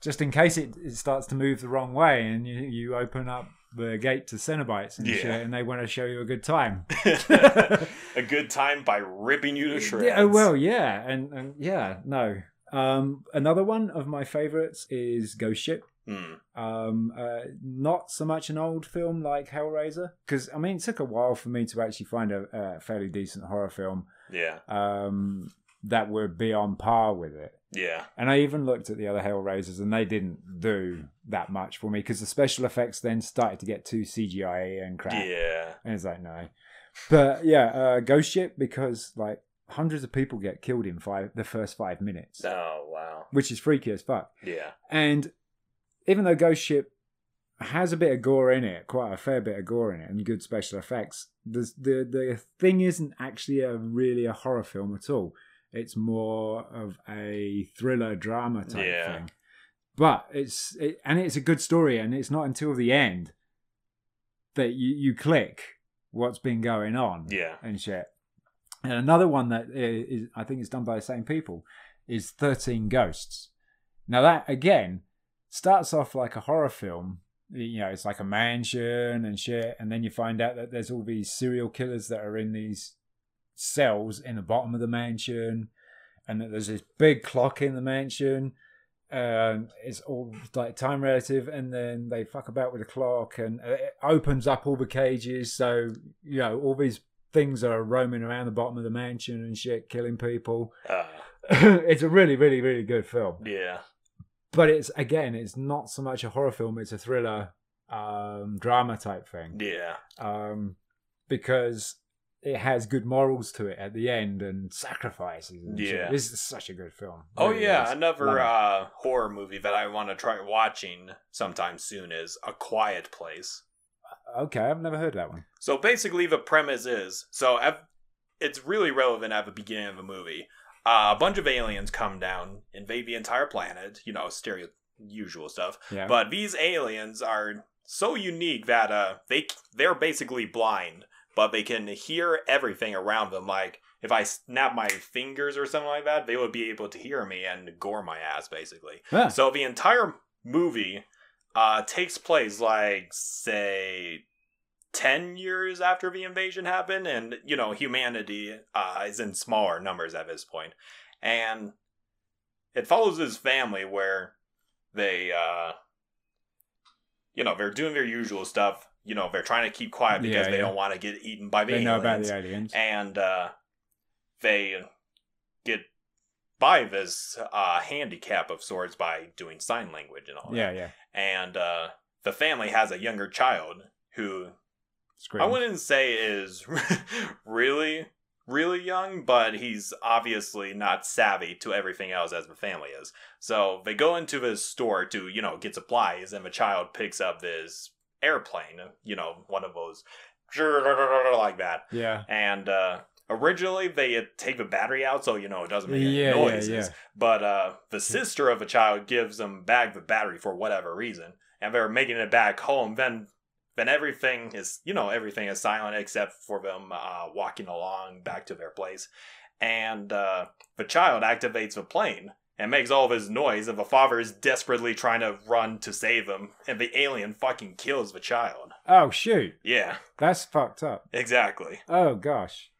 just in case it, it starts to move the wrong way and you, you open up the gate to Cenobites and
Yeah.
shit, and they want to show you a good
<laughs>
time. <laughs>
a good time by ripping you to shreds.
Yeah, oh, well, yeah, and, and yeah, no. Um, another one of my favorites is Ghost Ship.
Mm,
um uh, not so much an old film like hellraiser because i mean it took a while for me to actually find a, a fairly decent horror film
yeah,
um that would be on par with it
yeah,
and i even looked at the other hellraisers and they didn't do that much for me because the special effects then started to get too cgi and crap
yeah,
and it's like no but yeah uh ghost ship because like hundreds of people get killed in five the first five minutes
Oh wow,
which is freaky as fuck
yeah,
and even though Ghost Ship has a bit of gore in it, quite a fair bit of gore in it, and good special effects, the the, the thing isn't actually a really a horror film at all. It's more of a thriller drama type
Yeah.
thing. But it's it, and it's a good story, and it's not until the end that you, you click what's been going on
yeah.
and shit. And another one that i- is, I think is done by the same people is 13 Ghosts. Now, that again starts off like a horror film. You know, it's like a mansion and shit. And then you find out that there's all these serial killers that are in these cells in the bottom of the mansion. And that there's this big clock in the mansion. Um, it's all like time relative, and then they fuck about with the clock, and it opens up all the cages. So you know, all these things are roaming around the bottom of the mansion and shit, killing people. <laughs>
Uh,
it's a really, really, really good film.
yeah,
But it's again, it's not so much a horror film; it's a thriller, um, drama type thing,
yeah,
um, because it has good morals to it at the end and sacrifices. And shit.
Yeah.
this is such a good film.
Oh
Really
yeah,
is. Love
another
it.
uh, horror movie that I want to try watching sometime soon is A Quiet Place.
Okay, I've never heard that one.
So basically, the premise is so at, it's really relevant at the beginning of the movie. Uh, a bunch of aliens come down, invade the entire planet. You know, stereo usual stuff.
Yeah.
But these aliens are so unique that uh, they they're basically blind, but they can hear everything around them. Like if I snap my fingers or something like that, they would be able to hear me and gore my ass, basically.
Ah,
So the entire movie uh, takes place like say ten years after the invasion happened, and you know humanity uh, is in smaller numbers at this point, and it follows his family where they uh, you know they're doing their usual stuff. You know they're trying to keep quiet because
Yeah,
they
yeah.
don't want to get eaten by the
they know about
aliens
the aliens.
and uh, they get by this uh, handicap of sorts by doing sign language and all that.
Yeah, yeah.
And uh, the family has a younger child who I
Scream.
wouldn't say is <laughs> really, really young, but he's obviously not savvy to everything else as the family is. So they go into this store to, you know, get supplies, and the child picks up this airplane, you know, one of those <laughs> like that.
Yeah.
And uh, originally they had take the battery out, so you know it doesn't make any
Yeah, yeah,
noises.
yeah.
But uh, the sister of a child gives them back the battery for whatever reason, and they're making it back home. Then, then everything is you know everything is silent except for them uh, walking along back to their place, and uh, the child activates the plane. And makes all of his noise, and the father is desperately trying to run to save him, and the alien fucking kills the child.
Oh shoot,
Yeah,
that's fucked up.
exactly.
Oh gosh,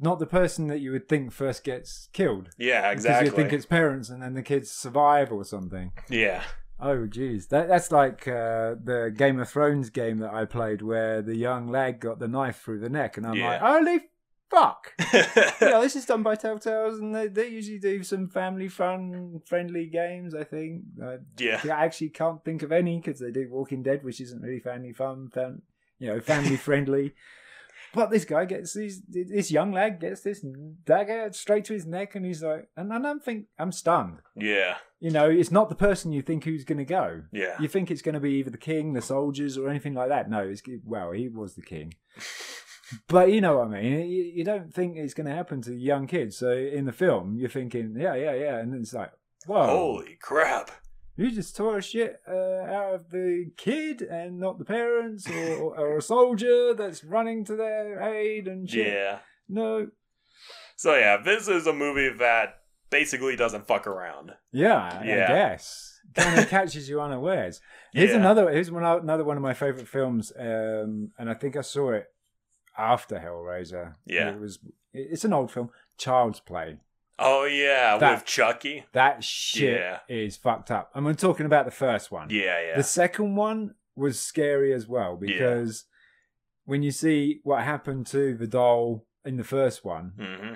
not the person that you would think first gets killed.
Yeah, exactly.
Because you think it's parents, and then the kids survive or something.
yeah.
Oh, geez, that, that's like uh, the Game of Thrones game that I played, where the young lad got the knife through the neck, and I'm like,
Yeah.
holy
<laughs>
fuck! <laughs> yeah, this is done by Telltales, and they, they usually do some family fun, friendly games. I think. I,
yeah.
I actually can't think of any because they do Walking Dead, which isn't really family fun, fam, you know, family friendly. But this guy gets these, this young lad gets this dagger straight to his neck, and he's like, and, and I'm think I'm stunned.
Yeah.
You know, it's not the person you think who's going to go.
Yeah.
You think it's going to be either the king, the soldiers, or anything like that. No, it's well, he was the king, but you know what I mean. You, you don't think it's going to happen to young kids. So in the film, you're thinking, yeah, yeah, yeah, and then it's like, whoa,
Holy crap.
you just tore a shit uh, out of the kid and not the parents, or, or, or a soldier that's running to their aid and shit.
Yeah.
No,
So yeah, this is a movie that basically doesn't fuck around.
yeah,
Yeah.
I guess kind of catches you unawares.
<laughs>
Here's
yeah.
another. Here's one, another one of my favorite films, um, and I think I saw it after Hellraiser.
Yeah.
it was. It's an old film, Child's Play.
Oh yeah,
That-
with Chucky.
That shit
Yeah.
is fucked up. And we're talking about the first one.
Yeah, yeah.
The second one was scary as well because when you see what happened to the doll in the first one,
hmm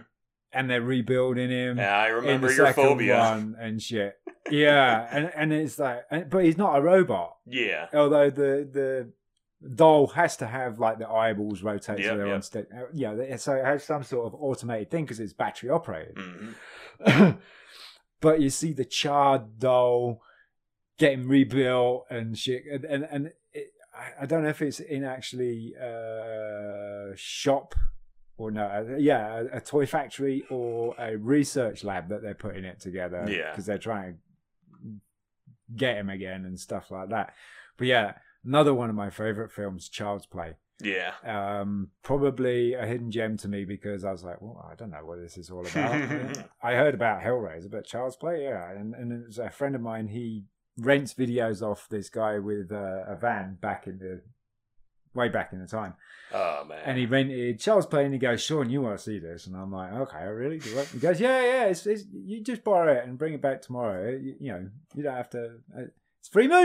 and they're rebuilding him.
Yeah, I
in the
remember your
second
phobia.
one and shit. Yeah, and and it's like, and, but he's not a robot.
Yeah.
although the the doll has to have like the eyeballs rotate
Yep,
so they're
yep.
on stick. uh, Yeah, they- so it has some sort of automated thing because it's battery operated.
hmm
<laughs> but you see the charred doll getting rebuilt and shit, and and, and it, I- I don't know if it's in actually uh, shop. Or no, uh, yeah, a, a toy factory or a research lab that they're putting it together.
Yeah.
because they're trying to get him again and stuff like that. But yeah, another one of my favorite films, Child's Play.
Yeah.
Um, probably a hidden gem to me because I was like, well, I don't know what this is all about. I heard about Hellraiser, but Child's Play, yeah. And, and it was a friend of mine, he rents videos off this guy with uh, a van back in the way back in the time
Oh man.
and he rented Charles Play, and he goes, Sean, you want to see this? And I'm like, okay, really? Do it? He goes, yeah, yeah. It's, it's you just borrow it and bring it back tomorrow. You, you know, you don't have to. uh, It's a free movie.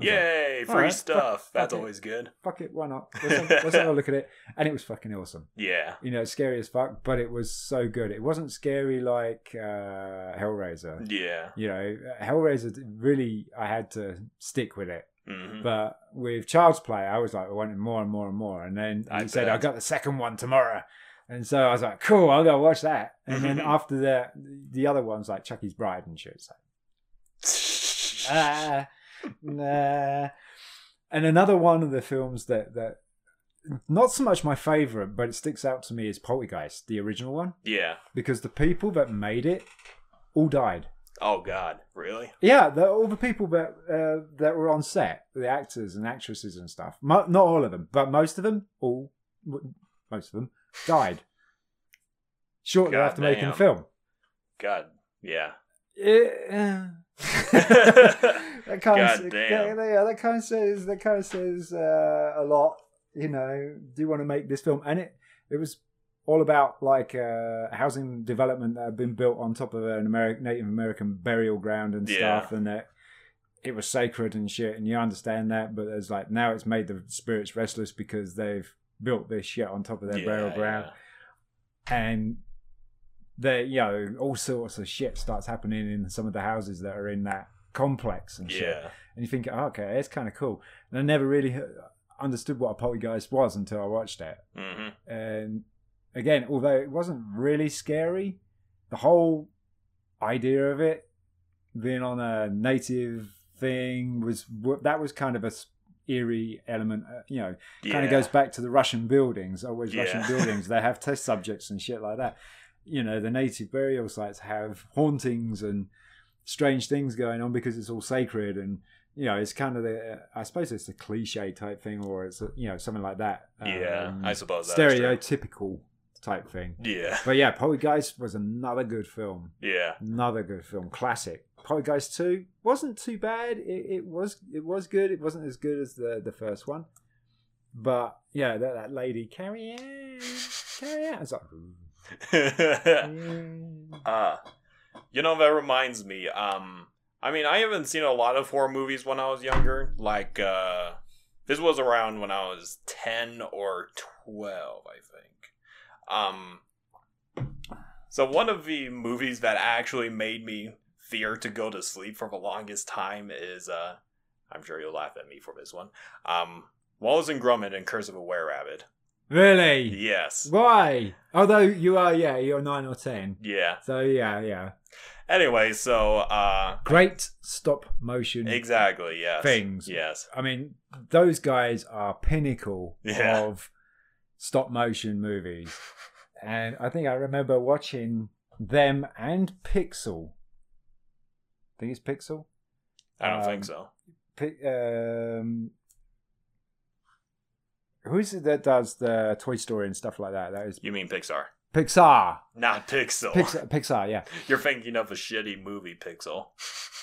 I was like,
Yay, free
Alright, fuck-
stuff. That's
it.
always good.
Fuck it, why not? Let's have, let's have a look at it. And it was fucking awesome.
Yeah.
You know, it's scary as fuck, but it was so good. It wasn't scary like uh, Hellraiser.
Yeah.
You know, uh, Hellraiser really, I had to stick with it. <laughs>
hmm
But with Child's Play, I was like, I wanted more and more and more. And then
I
he said,
bet.
I got the second one tomorrow. And so I was like, cool, I'll go watch that. And
<laughs>
then after that, the other ones like Chucky's
<laughs>
Bride and shit. It's like, ah, nah. And another one of the films that that not so much my favorite, but it sticks out to me is Poltergeist, the original one,
Yeah.
because the people that made it all died.
Oh God, really?
Yeah, the, all the people that uh, that were on set, the actors and actresses and stuff. Mo- not all of them, but most of them, all w- most of them died shortly
God
after making the
damn.
film.
God, yeah.
It- uh, <laughs> that kind
God
of that,
damn.
yeah, that kind of says that kind of says uh, a lot. You know, do you want to make this film? And it it was all about like uh, housing development that had been built on top of an American Native American burial ground and
Yeah.
stuff, and that it was sacred and shit. And you understand that, but there's like now it's made the spirits restless because they've built this shit on top of their
yeah,
burial ground and there you know all sorts of shit starts happening in some of the houses that are in that complex and
Yeah.
shit
yeah.
and you think oh, okay it's kind of cool and i never really h- understood what a poltergeist was until i watched it
Mm-hmm.
and again although it wasn't really scary the whole idea of it being on a native thing was that was kind of a s- eerie element uh, you know
Yeah.
kind of goes back to the Russian buildings. Always
Yeah.
Russian buildings. They have test subjects and shit like that. You know, the native burial sites have hauntings and strange things going on because it's all sacred and you know it's kind of the I suppose it's a cliche type thing or it's a, you know something like that.
Yeah,
Um,
I suppose that's true.
stereotypical type thing.
Yeah.
But yeah, Poltergeist was another good film.
Yeah. <laughs>
Another good film, classic. Poltergeist Two wasn't too bad. It, it was it was good. It wasn't as good as the the first one, but yeah, that, that lady carry on, carry on. It's like,
<laughs>
mm.
Uh, you know, that reminds me. Um, I mean, I haven't seen a lot of horror movies when I was younger. Like, uh, this was around when I was 10 or 12, I think. Um, so one of the movies that actually made me fear to go to sleep for the longest time is, uh, I'm sure you'll laugh at me for this one. Um, Wallace and Gromit and Curse of a Were Rabbit.
really?
Yes.
Why? Although you are, yeah, you're nine or ten.
Yeah.
So yeah, yeah.
Anyway, so, uh,
Great stop motion.
exactly, yes.
Things.
Yes.
I mean, those guys are pinnacle
Yeah.
of stop motion movies. And I think I remember watching them and Pixel. I think it's Pixel.
I don't
Um,
think so.
Pi- um, who is it that does the Toy Story and stuff like that? That is
You mean Pixar,
Pixar.
not Pixel.
Pixar, Pixar yeah.
<laughs> You're thinking of a shitty movie, Pixel.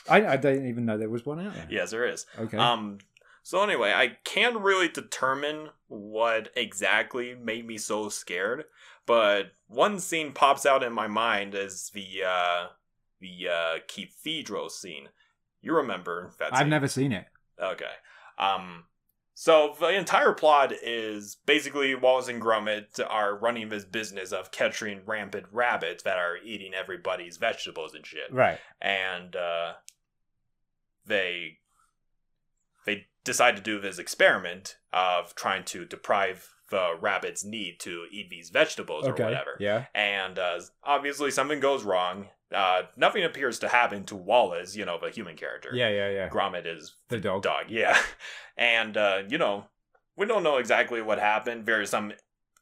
I, I didn't even know there was one out there.
<laughs> Yes, there is.
Okay.
Um. So anyway, I can't really determine what exactly made me so scared, but one scene pops out in my mind is the uh, the uh, cathedral scene. You remember that?
I've
scene.
never seen it.
Okay. Um. So the entire plot is basically Wallace and Gromit are running this business of catching rampant rabbits that are eating everybody's vegetables and shit,
Right.
and uh, they they decide to do this experiment of trying to deprive the rabbits' need to eat these vegetables
Okay.
or whatever
Yeah.
and uh, obviously something goes wrong. Uh, nothing appears to happen to Wallace, you know, the human character.
Yeah, yeah, yeah.
Gromit is
The dog.
dog yeah <laughs> and uh you know we don't know exactly what happened there's some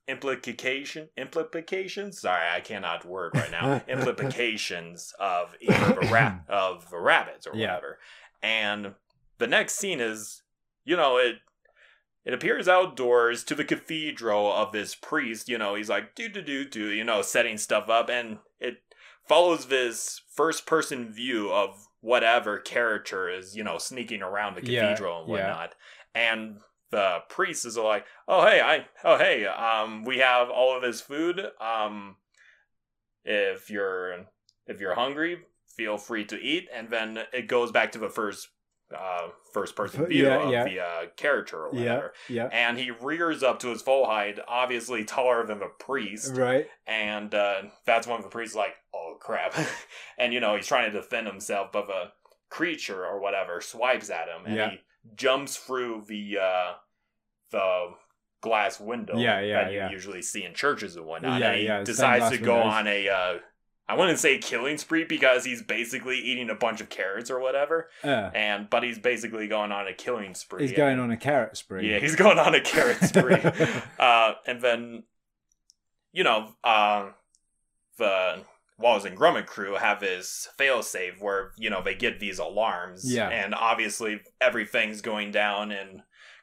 implication implications sorry i cannot word right now implications of either the ra- of the rabbits or
Yeah.
whatever and the next scene is you know it it appears outdoors to the cathedral of this priest you know he's like do do do do you know setting stuff up and it follows this first person view of whatever character is, you know, sneaking around the
Yeah,
cathedral and
yeah.
whatnot. And the priest is like, Oh hey, I oh hey, um we have all of this food. Um if you're if you're hungry, feel free to eat and then it goes back to the first uh first person
F-
view
yeah,
of
yeah.
the uh character or
Yeah.
whatever.
Yeah.
And he rears up to his full height, obviously taller than the priest
Right.
and uh, that's when the priest's like, "Oh crap," <laughs> and you know he's trying to defend himself, but a creature or whatever swipes at him, and
Yeah.
he jumps through the uh, the glass window
Yeah, yeah,
that you
yeah.
usually see in churches and whatnot.
Yeah,
and he
yeah, stained
decides
glass
to go
windows.
on a uh, I wouldn't say killing spree because he's basically eating a bunch of carrots or whatever,
Yeah.
and but he's basically going on a killing spree.
He's going on a carrot spree.
Yeah, he's going on a carrot spree. uh, and then, you know, uh, the Wallace and Gromit crew have this failsafe where, you know, they get these alarms.
Yeah.
And obviously everything's going down, and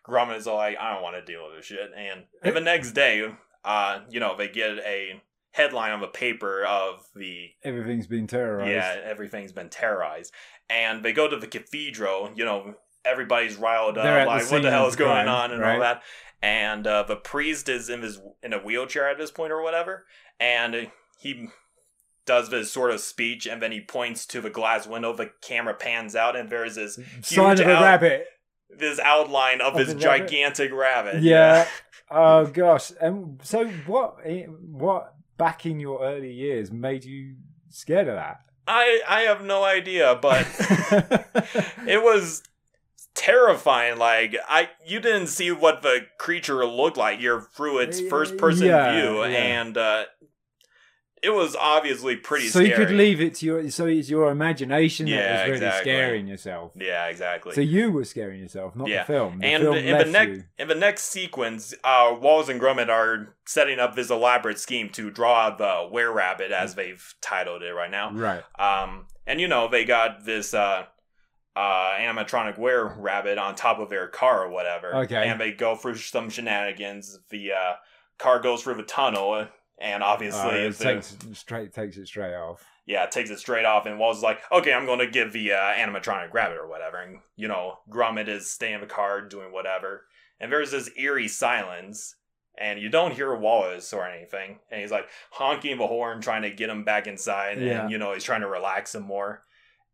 Gromit is all like, I don't want to deal with this shit. And then the next day, uh, you know, they get a headline on the paper of the
Everything's been terrorized. <laughs>
yeah, everything's been terrorized. And they go to the cathedral, you know, everybody's riled
They're at the
up, like, what
scene
the hell
of
is
the
going
crime,
on and
right?
all that. And uh, the priest is in his in a wheelchair at this point or whatever, and he does this sort of speech, and then he points to the glass window. The camera pans out, and there's this
Sign
Huge
of a
out- <laughs>
rabbit.
this outline of
Of
this
the rabbit?
gigantic rabbit.
Yeah. Oh gosh. And so what? eh, What back in your early years made you scared of that?
I I have no idea, but
<laughs>
it was terrifying like i you didn't see what the creature looked like you're through its first person
Yeah,
view
yeah.
and uh it was obviously pretty
so
scary
you could leave it to your. So it's your imagination that
Yeah,
was really
exactly.
scaring yourself.
yeah exactly
So you were scaring yourself, not
Yeah.
the film. The
and
film
in the
left
next
you.
in the next sequence uh walls and grummet are setting up this elaborate scheme to draw the were rabbit
Mm.
as they've titled it right now
Right.
Um, and you know they got this uh, uh, animatronic were rabbit on top of their car or whatever.
Okay.
And they go through some shenanigans. The uh, car goes through the tunnel, and obviously,
Oh, it
the-
takes straight takes it straight off.
yeah, it takes it straight off. And Walls is like, "Okay, I'm going to give the uh, animatronic rabbit or whatever." And you know, Gromit is staying in the car doing whatever. And there's this eerie silence. And you don't hear Wallace or anything. And he's like honking the horn, trying to get him back inside.
Yeah.
And, you know, he's trying to relax him more.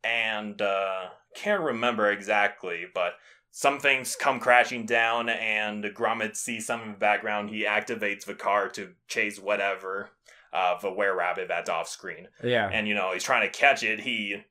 And uh can't remember exactly, but some things come crashing down and Gromit sees something in the background. He activates the car to chase whatever uh the were rabbit that's off screen
Yeah.
and you know he's trying to catch it he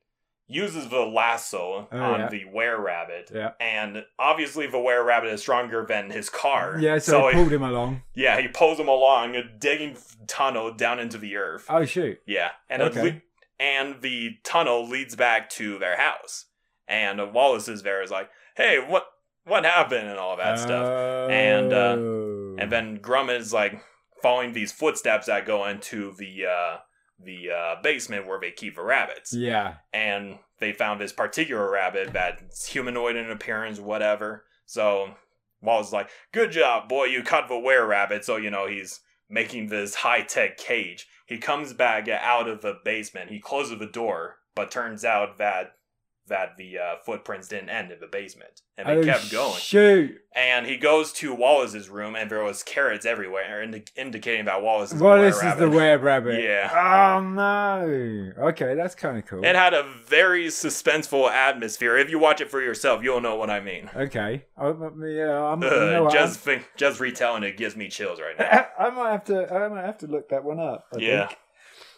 uses the lasso
Oh,
on
yeah.
the were rabbit
Yeah.
and obviously the were rabbit is stronger than his car
yeah. So, I
he-
pulled him along.
yeah he pulls him along a digging tunnel down into the earth
Oh shoot.
yeah and it
Okay.
le- and the tunnel leads back to their house and wallace is there is like hey what what happened and all that stuff And, uh,
Oh.
and then Grumman is like following these footsteps that go into the uh the uh basement where they keep the rabbits
yeah.
and they found this particular rabbit that's humanoid in appearance, whatever. So Wall's like, "Good job, boy! You caught the were rabbit." So you know he's making this high tech cage. He comes back out of the basement. He closes the door, but turns out that that the uh, footprints didn't end in the basement, and they
oh,
kept going.
Shoot.
and he goes to Wallace's room, and there was carrots everywhere, indi- indicating that Wallace is
Well,
the
this is the
were-rabbit.
were rabbit.
Yeah.
Oh no. Okay, that's kind of cool.
It had a very suspenseful atmosphere. If you watch it for yourself, you'll know what I mean.
okay. I, yeah, I'm, you know
Uh,
what,
just think, just retelling it gives me chills right now.
<laughs> I'm- I might have to. I might have to look that one up. I
Yeah.
Think.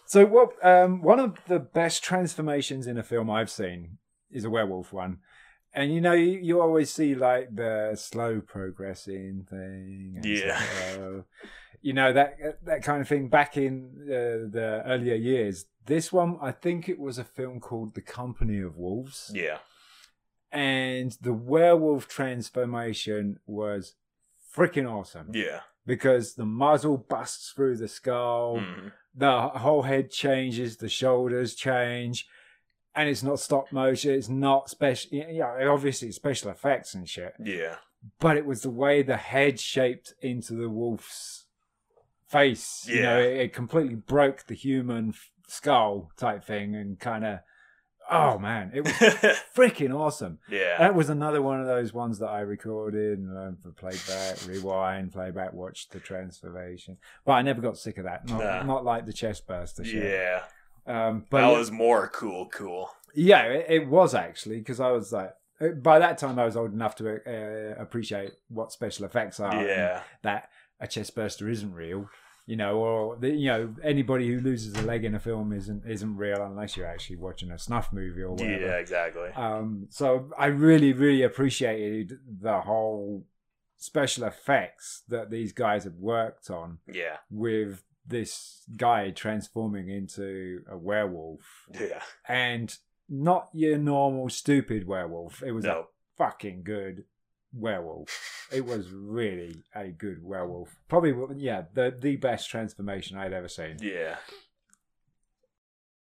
So what? Um, one of the best transformations in a film I've seen is a werewolf one, and you know you, you always see like the slow progressing thing. and it's
Yeah.
like, oh, you know that that kind of thing. Back in uh, the earlier years, this one I think it was a film called The Company of Wolves
Yeah,
and the werewolf transformation was freaking awesome
yeah,
because the muzzle busts through the skull,
mhm,
the whole head changes, the shoulders change, and it's not stop motion. It's not special. Yeah, obviously it's special effects and shit,
yeah, <laughs>
<laughs> but it was the way the head shaped into the wolf's face. You know,
Yeah.
it, it completely broke the human f- skull type thing, and kind of, oh man, it was
<laughs>
freaking awesome.
yeah,
That was another one of those ones that I recorded and learned for playback, rewind, playback, watch the transformation. But I never got sick of that. Not,
Nah.
not like the chest burster shit.
yeah.
Um, but
That
it-
was more cool, cool.
yeah, it, it was actually because I was like, by that time I was old enough to uh, appreciate what special effects are. and
Yeah,
that a chest burster isn't real. You know, or the, you know, anybody who loses a leg in a film isn't isn't real unless you're actually watching a snuff movie or whatever.
yeah, exactly.
Um, so I really, really appreciated the whole special effects that these guys had worked on
Yeah,
with this guy transforming into a werewolf
Yeah.
and not your normal stupid werewolf. It was a
No.
fucking good werewolf. It was really a good werewolf. Probably, yeah, the the best transformation I'd ever seen.
Yeah.